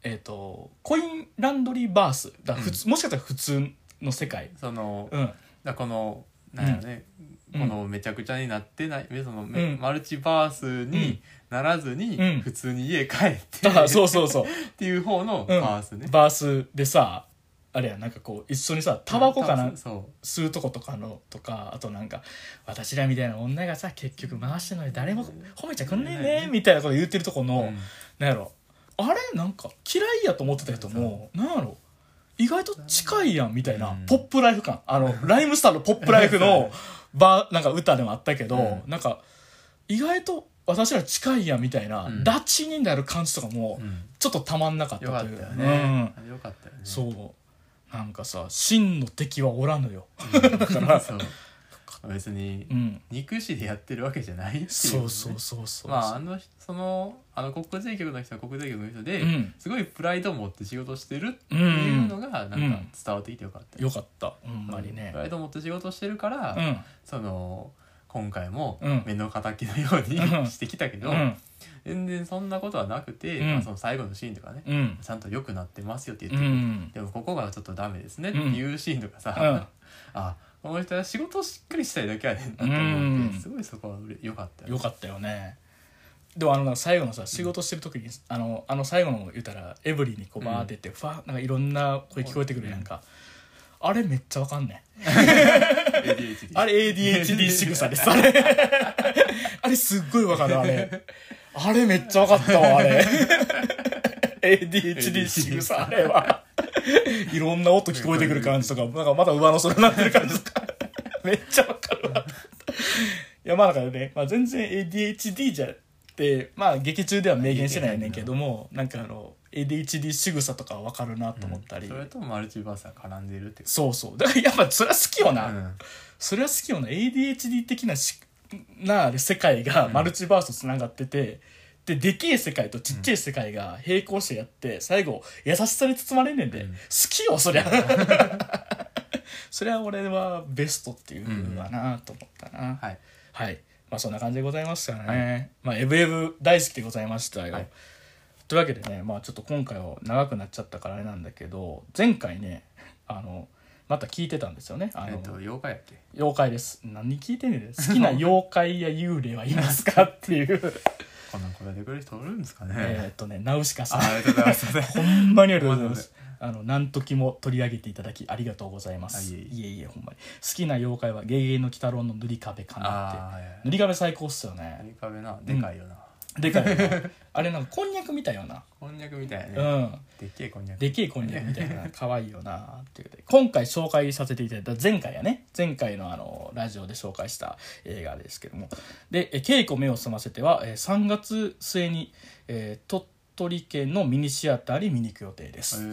えっ、とコインランドリーバースだから普通、もしかしたら普通の世界その、だかうんらこのなんやろね、うんこのめちゃくちゃになってないその、うんマルチバースにならずに、うん普通に家帰って、だからそうっそうそう、ていう方のうんバースね、バースでさあれやなんかこう一緒にさタバコかな、うんそ吸うとことかのとかあとなんか私らみたいな女がさ結局回してるのに誰も褒めちゃくんねえねうみたいなこと言ってるとこう、の、うんなんやろあれなんか嫌いやと思ってた人もなんやろ意外と近いやんみたいな、うんポップライフ感あ のライムスターのポップライフのバーなんか歌でもあったけど、うんなんか意外と私ら近いやんみたいな、うんダッチになる感じとかもうんちょっとたまんなかっよたかとっいうたよかね。あれよかったよね。そうなんかさ真の敵はおらぬよ、 そう別に うん、憎しでやってるわけじゃないっていう、そうそうそうそう、まああの人そのあの国税局の人は国税局の人で、うんすごいプライドを持って仕事してるってういうんのがなんかうん伝わってきてよかったよ、よかったほんまにねプライドを持って仕事してるから、うんその今回もうん目の敵のようにうんしてきたけど、うん全然そんなことはなくて、うんまあその最後のシーンとかねうんちゃんと良くなってますよってう言って、んでもここがちょっとダメですねっていうシーンとかさ、うんあこの人は仕事をしっかりしたいだけやねんなとう思っんてすごいそこはうれ良かったよよかったよねでもあのなんか最後のさ仕事してる時に、あのあの最後の言ったらエブリィにこうバーってって、ファーなんかいろんな声聞こえてくるやんか、あれめっちゃわかんね ADHD あれ ADHD 仕草ですあれ あれすっごいわかるあれあれめっちゃわかったわあれ ADHD 仕草あれはいろんな音聞こえてくる感じとかなんかまだ上の空になってる感じとか めっちゃわかるわいやまあだからね、まあ、全然 ADHD じゃってまあ劇中では明言してないねんけどもなんかあの ADHD 仕草とかはわかるなと思ったり、それとマルチバースが絡んでるってこそうそうだからやっぱそれは好きよとな、うんそれは好きよな ADHD 的なしな世界がマルチバースとつながってて、ででけえ世界とちっちゃい世界が並行してやって、最後優しさに包まれんねんで、うん好きよそりゃ そりゃ俺はベストっていうわなと思ったな、はいはい。まあそんな感じでございましたね。まあエブエブ大好きでございましたよ。はいというわけでね、まあちょっと今回は長くなっちゃったからあれなんだけど、前回ね、あの、また聞いてたんですよね。あえの、っと妖怪やっけ妖怪です。何聞いてんねん。好きな妖怪や幽霊はいますかって いう。こんなん答えてくれる人おるんですかね、えーっとね、ナウシカさんあ。ありがとうございますすいませんほんまにありがとうございます。あの、何時も取り上げていただきありがとうございます。あいえいえいえいえ、ほんまに。好きな妖怪は、ゲゲゲの鬼太郎の塗り壁かなっああいて。塗り壁最高っすよね。やいや壁なでかいよな、でかいよな あれなんかこんにゃくみたいよな、こんにゃくみたいなね、うんでっけえこんにゃくでけえこんにゃくみたいな可愛いよなっていうことで今回紹介させていただいた前回やね前回のあのラジオで紹介した映画ですけどもで「え稽古目を覚ませては」えー3月末に、えー鳥取県のミニシアターに見に行く予定ですへうえ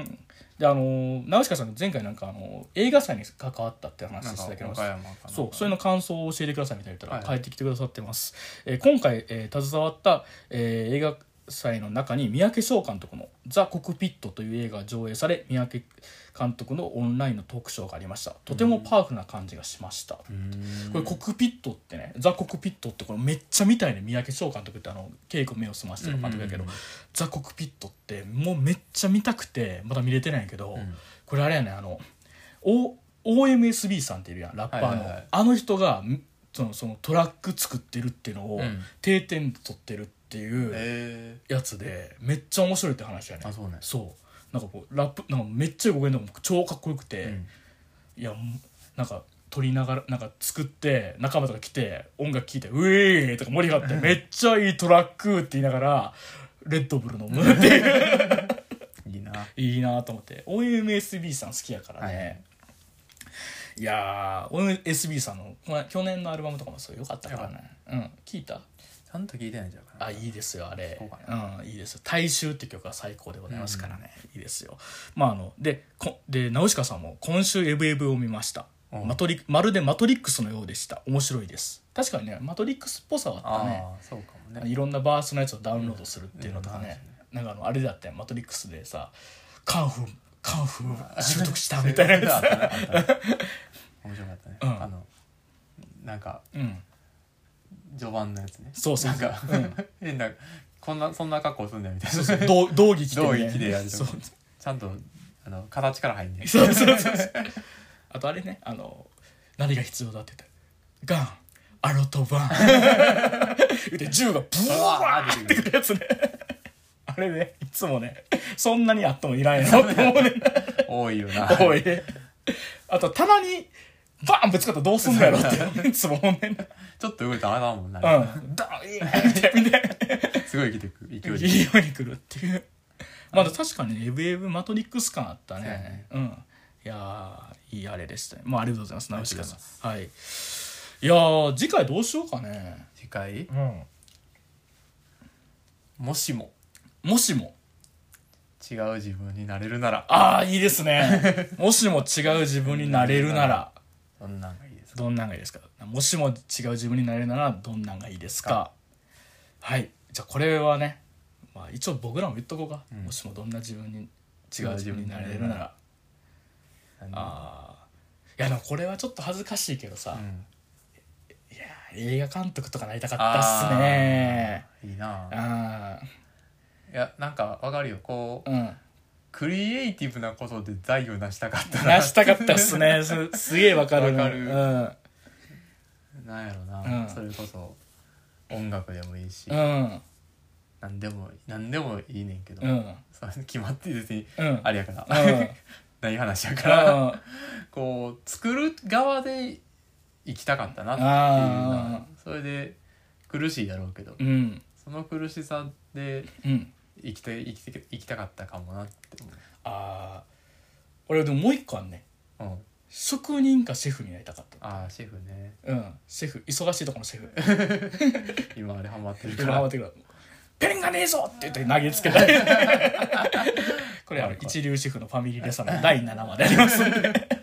んであのーナウシカさんが前回なんかあのー映画祭に関わったって話なでんしかたけど岡山かなそうそれの感想を教えてくださいみたいな言ったら、はい帰ってきてくださってます、えー今回、えー携わった、えー映画祭の中に三宅翔監督の「ザ・コクピット」という映画が上映され三宅監督のオンラインのトークショーがありましたとてもパワフルな感じがしました、うーんこれコクピットってねザ・コクピットってこれめっちゃ見たいね三宅翔監督ってあの稽古目を澄ましてる監督だけど、うんうんうんザ・コクピットってもうめっちゃ見たくてまだ見れてないけど、うんこれあれやねあの、o、OMSB さんっているやんラッパーの、はいはいはいあの人がんそのそのトラック作ってるっていうのを、うん定点で撮ってるっていうえやつでめっちゃ面白いって話やねー、あそうねそうなんかこうラップなんかめっちゃごめんでも超かっこよくて、うんいやもうなんか撮りながらなんか作って仲間とか来て音楽聴いて「ウェーイ!」とか盛り 上がって「めっちゃいいトラック!」って言いながらレッドブル飲むっていういいないいなと思って OMSB さん好きやからね、い、やー OMSB さんのこの去年のアルバムとかもそうよかったからねうん聞いたちゃんと聞いてないんじゃうかなあいいですよあれそうかうんいいですよ「大衆」って曲は最高でございますからね、いいですよまああのでこでナウシカさんも「今週エブエブ」を見ましたうんマトリまるで「マトリックス」のようでした面白いです確かにね「マトリックス」っぽさはあっあたー、ねそうかもあのねいろんなバースのやつをダウンロードするっていうのとかね、なんかあのあれだったよマトリックスでさカンフーカンフー習得したみたいなややつ面白かった ね、うんあのなんかつうん序盤のやつねそうそうそうなんか、変なこんなそんな格好すんだよみたいそうなそう道道着着てどう生きでやるそとうかちゃんとあの形から入んねそうそうそうそうあとあれねあの何が必要だって言ったらガンアロと バン言うて銃がブワーってくるやつねあれねいつもねそんなにあってもいらんやろって思うね多いよなおいあと棚にバーンぶつかったらどうすんだやろ っていつも思うねんなちょっと動いたらあだもんな、うんダーイーンみたいなねすごい生きてく勢いでいいように来るっていうまだ確かにね「エブエブマトリックス」感あったねそうやねうんいやーいいあれでしたねもうありがとうございますナウシカありがとさうございんはいいやー次回どうしようかね次回うんもしももしも違う自分になれるならああいいですね もしも違う自分になれるならそんなんがいいですかどんなんがいいですかもしも違う自分になれるならどんなんがいいですかはいじゃあこれはね、まあ、一応僕らも言っとこうか、うんもしもどんな自分に違う自分になれるならああいやでもこれはちょっと恥ずかしいけどさ、うんいや映画監督とかなりたかったっすねあーいいなああいやなんかわかるよこうーうんクリエイティブなことで財を成したかったな出したかったっす ねすすげえわかるわかるうんなんやろな、うんそれこそ音楽でもいいし、うんなんでもなんでもいいねんけど、うんそれ決まって別にうんあれやから、うん ない話やから、あこう作る側で行きたかったなっていうのはそれで苦しいだろうけど、ーうんその苦しさでうん生きて生きて生きたかったかもなってああ俺でももう一個あんね思う、うん、職人かシェフになりたかったああシェフねうんシェフ忙しいとこのシェフ今あれハマってるでかもハマらってくるペンがねえぞって言って投げつけ たいこれあの一流シェフのファミリーレッスンの第7話でありますんでだか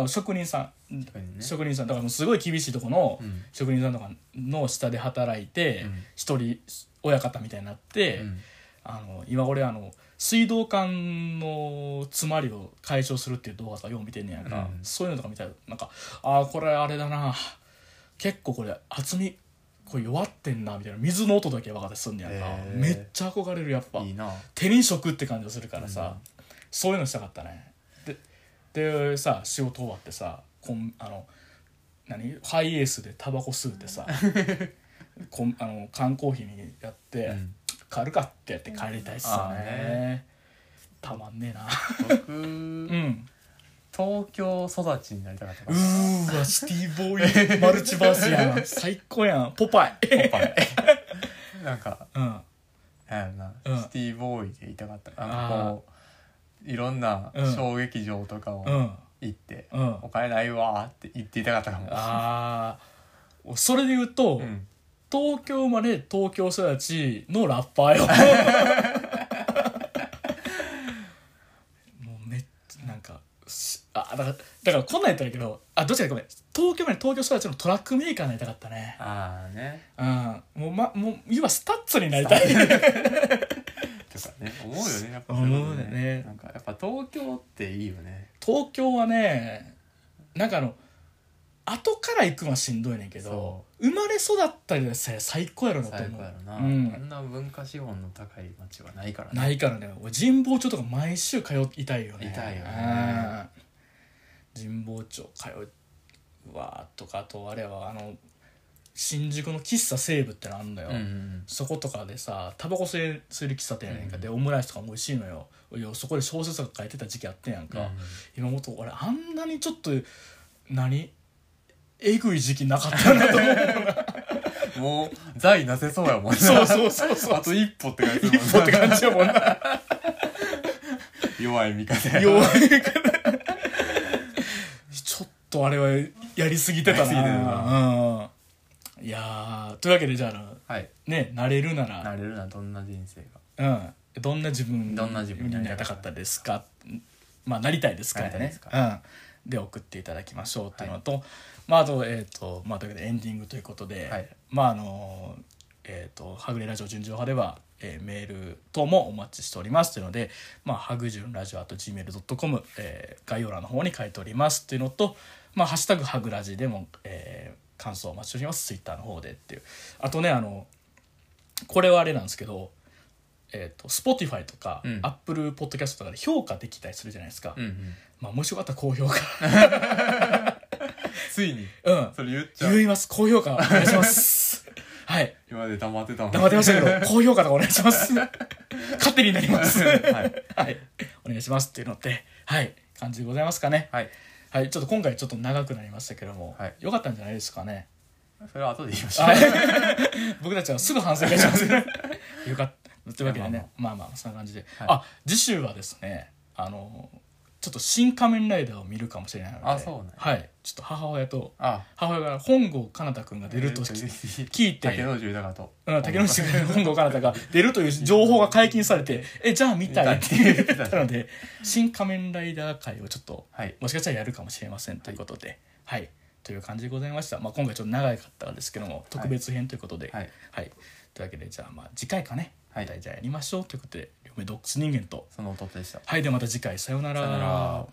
ら職人さん、確かにね職人さんだからもうすごい厳しいとこのうん職人さんとかの下で働いてうん一、人親方みたいになって、うんあの今俺あの水道管の詰まりを解消するっていう動画とかよう見てんねやんか、うんそういうのとか見たらなんかああこれあれだな結構これ厚みこれ弱ってんなみたいな水の音だけ分かったりすんねやんか、へーめっちゃ憧れるやっぱいいな手に職って感じがするからさ、そういうのしたかったねででさ仕事終わってさこんあの何ハイエースでタバコ吸うて さこんあの缶コーヒーにやって、うん軽かってやって帰りたいっすよあーねねたまんねえな僕、うん東京育ちになりたかったかうらーわシティボーイマルチバースやん最高やんポパイポパイ なんかうんなんやろな、うんシティボーイでいたかったなんあかーこういろんなうん小劇場とかをうん行ってう「んお金ないわ」って言っていたかったかもあーそれで言うと、うん東京生まれ東京育ちのラッパ ーよもうめっちゃなんかしあだからだからこんなんやったらいいけどあどっちかごめん東京生まれ東京育ちのトラックメーカーになりたかったねああねうんもうまもう要はスタッツになり たいとかね思うよねやっぱ思うよねそういうことなんかやっぱ東京っていいよね東京はねなんかあの後から行くのはしんどいねんけどそ生まれ育ったりでさえ最高やろなと最思高やうろな、うあんんな文化資本の高い街はないからねないからね俺神保町とか毎週通いたいよねいたいよねうん神保町通うわーとかあとあれはあの新宿の喫茶西武ってのあんだよ、うんうんそことかでさタバコ吸える吸える喫茶店やねんか、でオムライスとかも美味しいのよよそこで小説とか書いてた時期あってんやんか、うん今もっと俺あんなにちょっと何えぐい時期なかった なと思うもう財なせそうやもんなそうそうそうそうあと一歩って感じ一歩って感じやもんな弱い味方や弱いからちょっとあれはやりすぎてたやりすぎてたなうんいやーというわけでじゃああのはいねなれるならなれるなどんな人生がうん、どんな自分どんな自分ににななりりたたかかっったたですかまあなりたいですからなりたいねですうん、で送っていただきましょうっていうのと、まああとえっ、とまあというわけでエンディングということで、はいまああのえっ、と「はぐれラジオ純情派」では、えーメール等もお待ちしておりますというので「まあ、はぐじゅんラジオ」あと gmail.com、えー概要欄の方に書いておりますっていうのと「まあ、ハッシュタグはぐらじ」でも、えー感想をお待ちしておりますツイッターの方でっていうあとねあのこれはあれなんですけど、えー、と Spotify とか、うん Apple Podcast とかで評価できたりするじゃないですか、うんうんまあもしよかったら高評 価ついにうんそれ言っちゃう言います高評価お願いします はい今まで黙ってたもん黙ってました けど高評価とかお願いします勝手になりますはいはいお願いしますっていうのってはい感じでございますかねはいはいちょっと今回ちょっと長くなりましたけども、はいよかったんじゃないですかねそれは後で言いましょうはい 僕たちはすぐ反省会しますね よかったというわけでねまあまあそんな感じで、はいあ次週はですねあのちょっと「新仮面ライダー」を見るかもしれないのであそうねはい、ちょっと母親とあ母親から本郷奏太君が出ると 聞き聞いて竹野内豊とうん竹野内君が本郷奏太が出るという情報が解禁されてえじゃあ見たいって言ってたので「新仮面ライダー」会をちょっとはいもしかしたらやるかもしれませんということで、はい、という感じでございました。まあ、今回ちょっと長かったんですけども、特別編ということで、はいというわけで、じゃあ、まあ、次回かね、はいまたじゃあやりましょうということで、両目洞窟人間と、その弟でしたはい、ではまた次回、さようなさよなら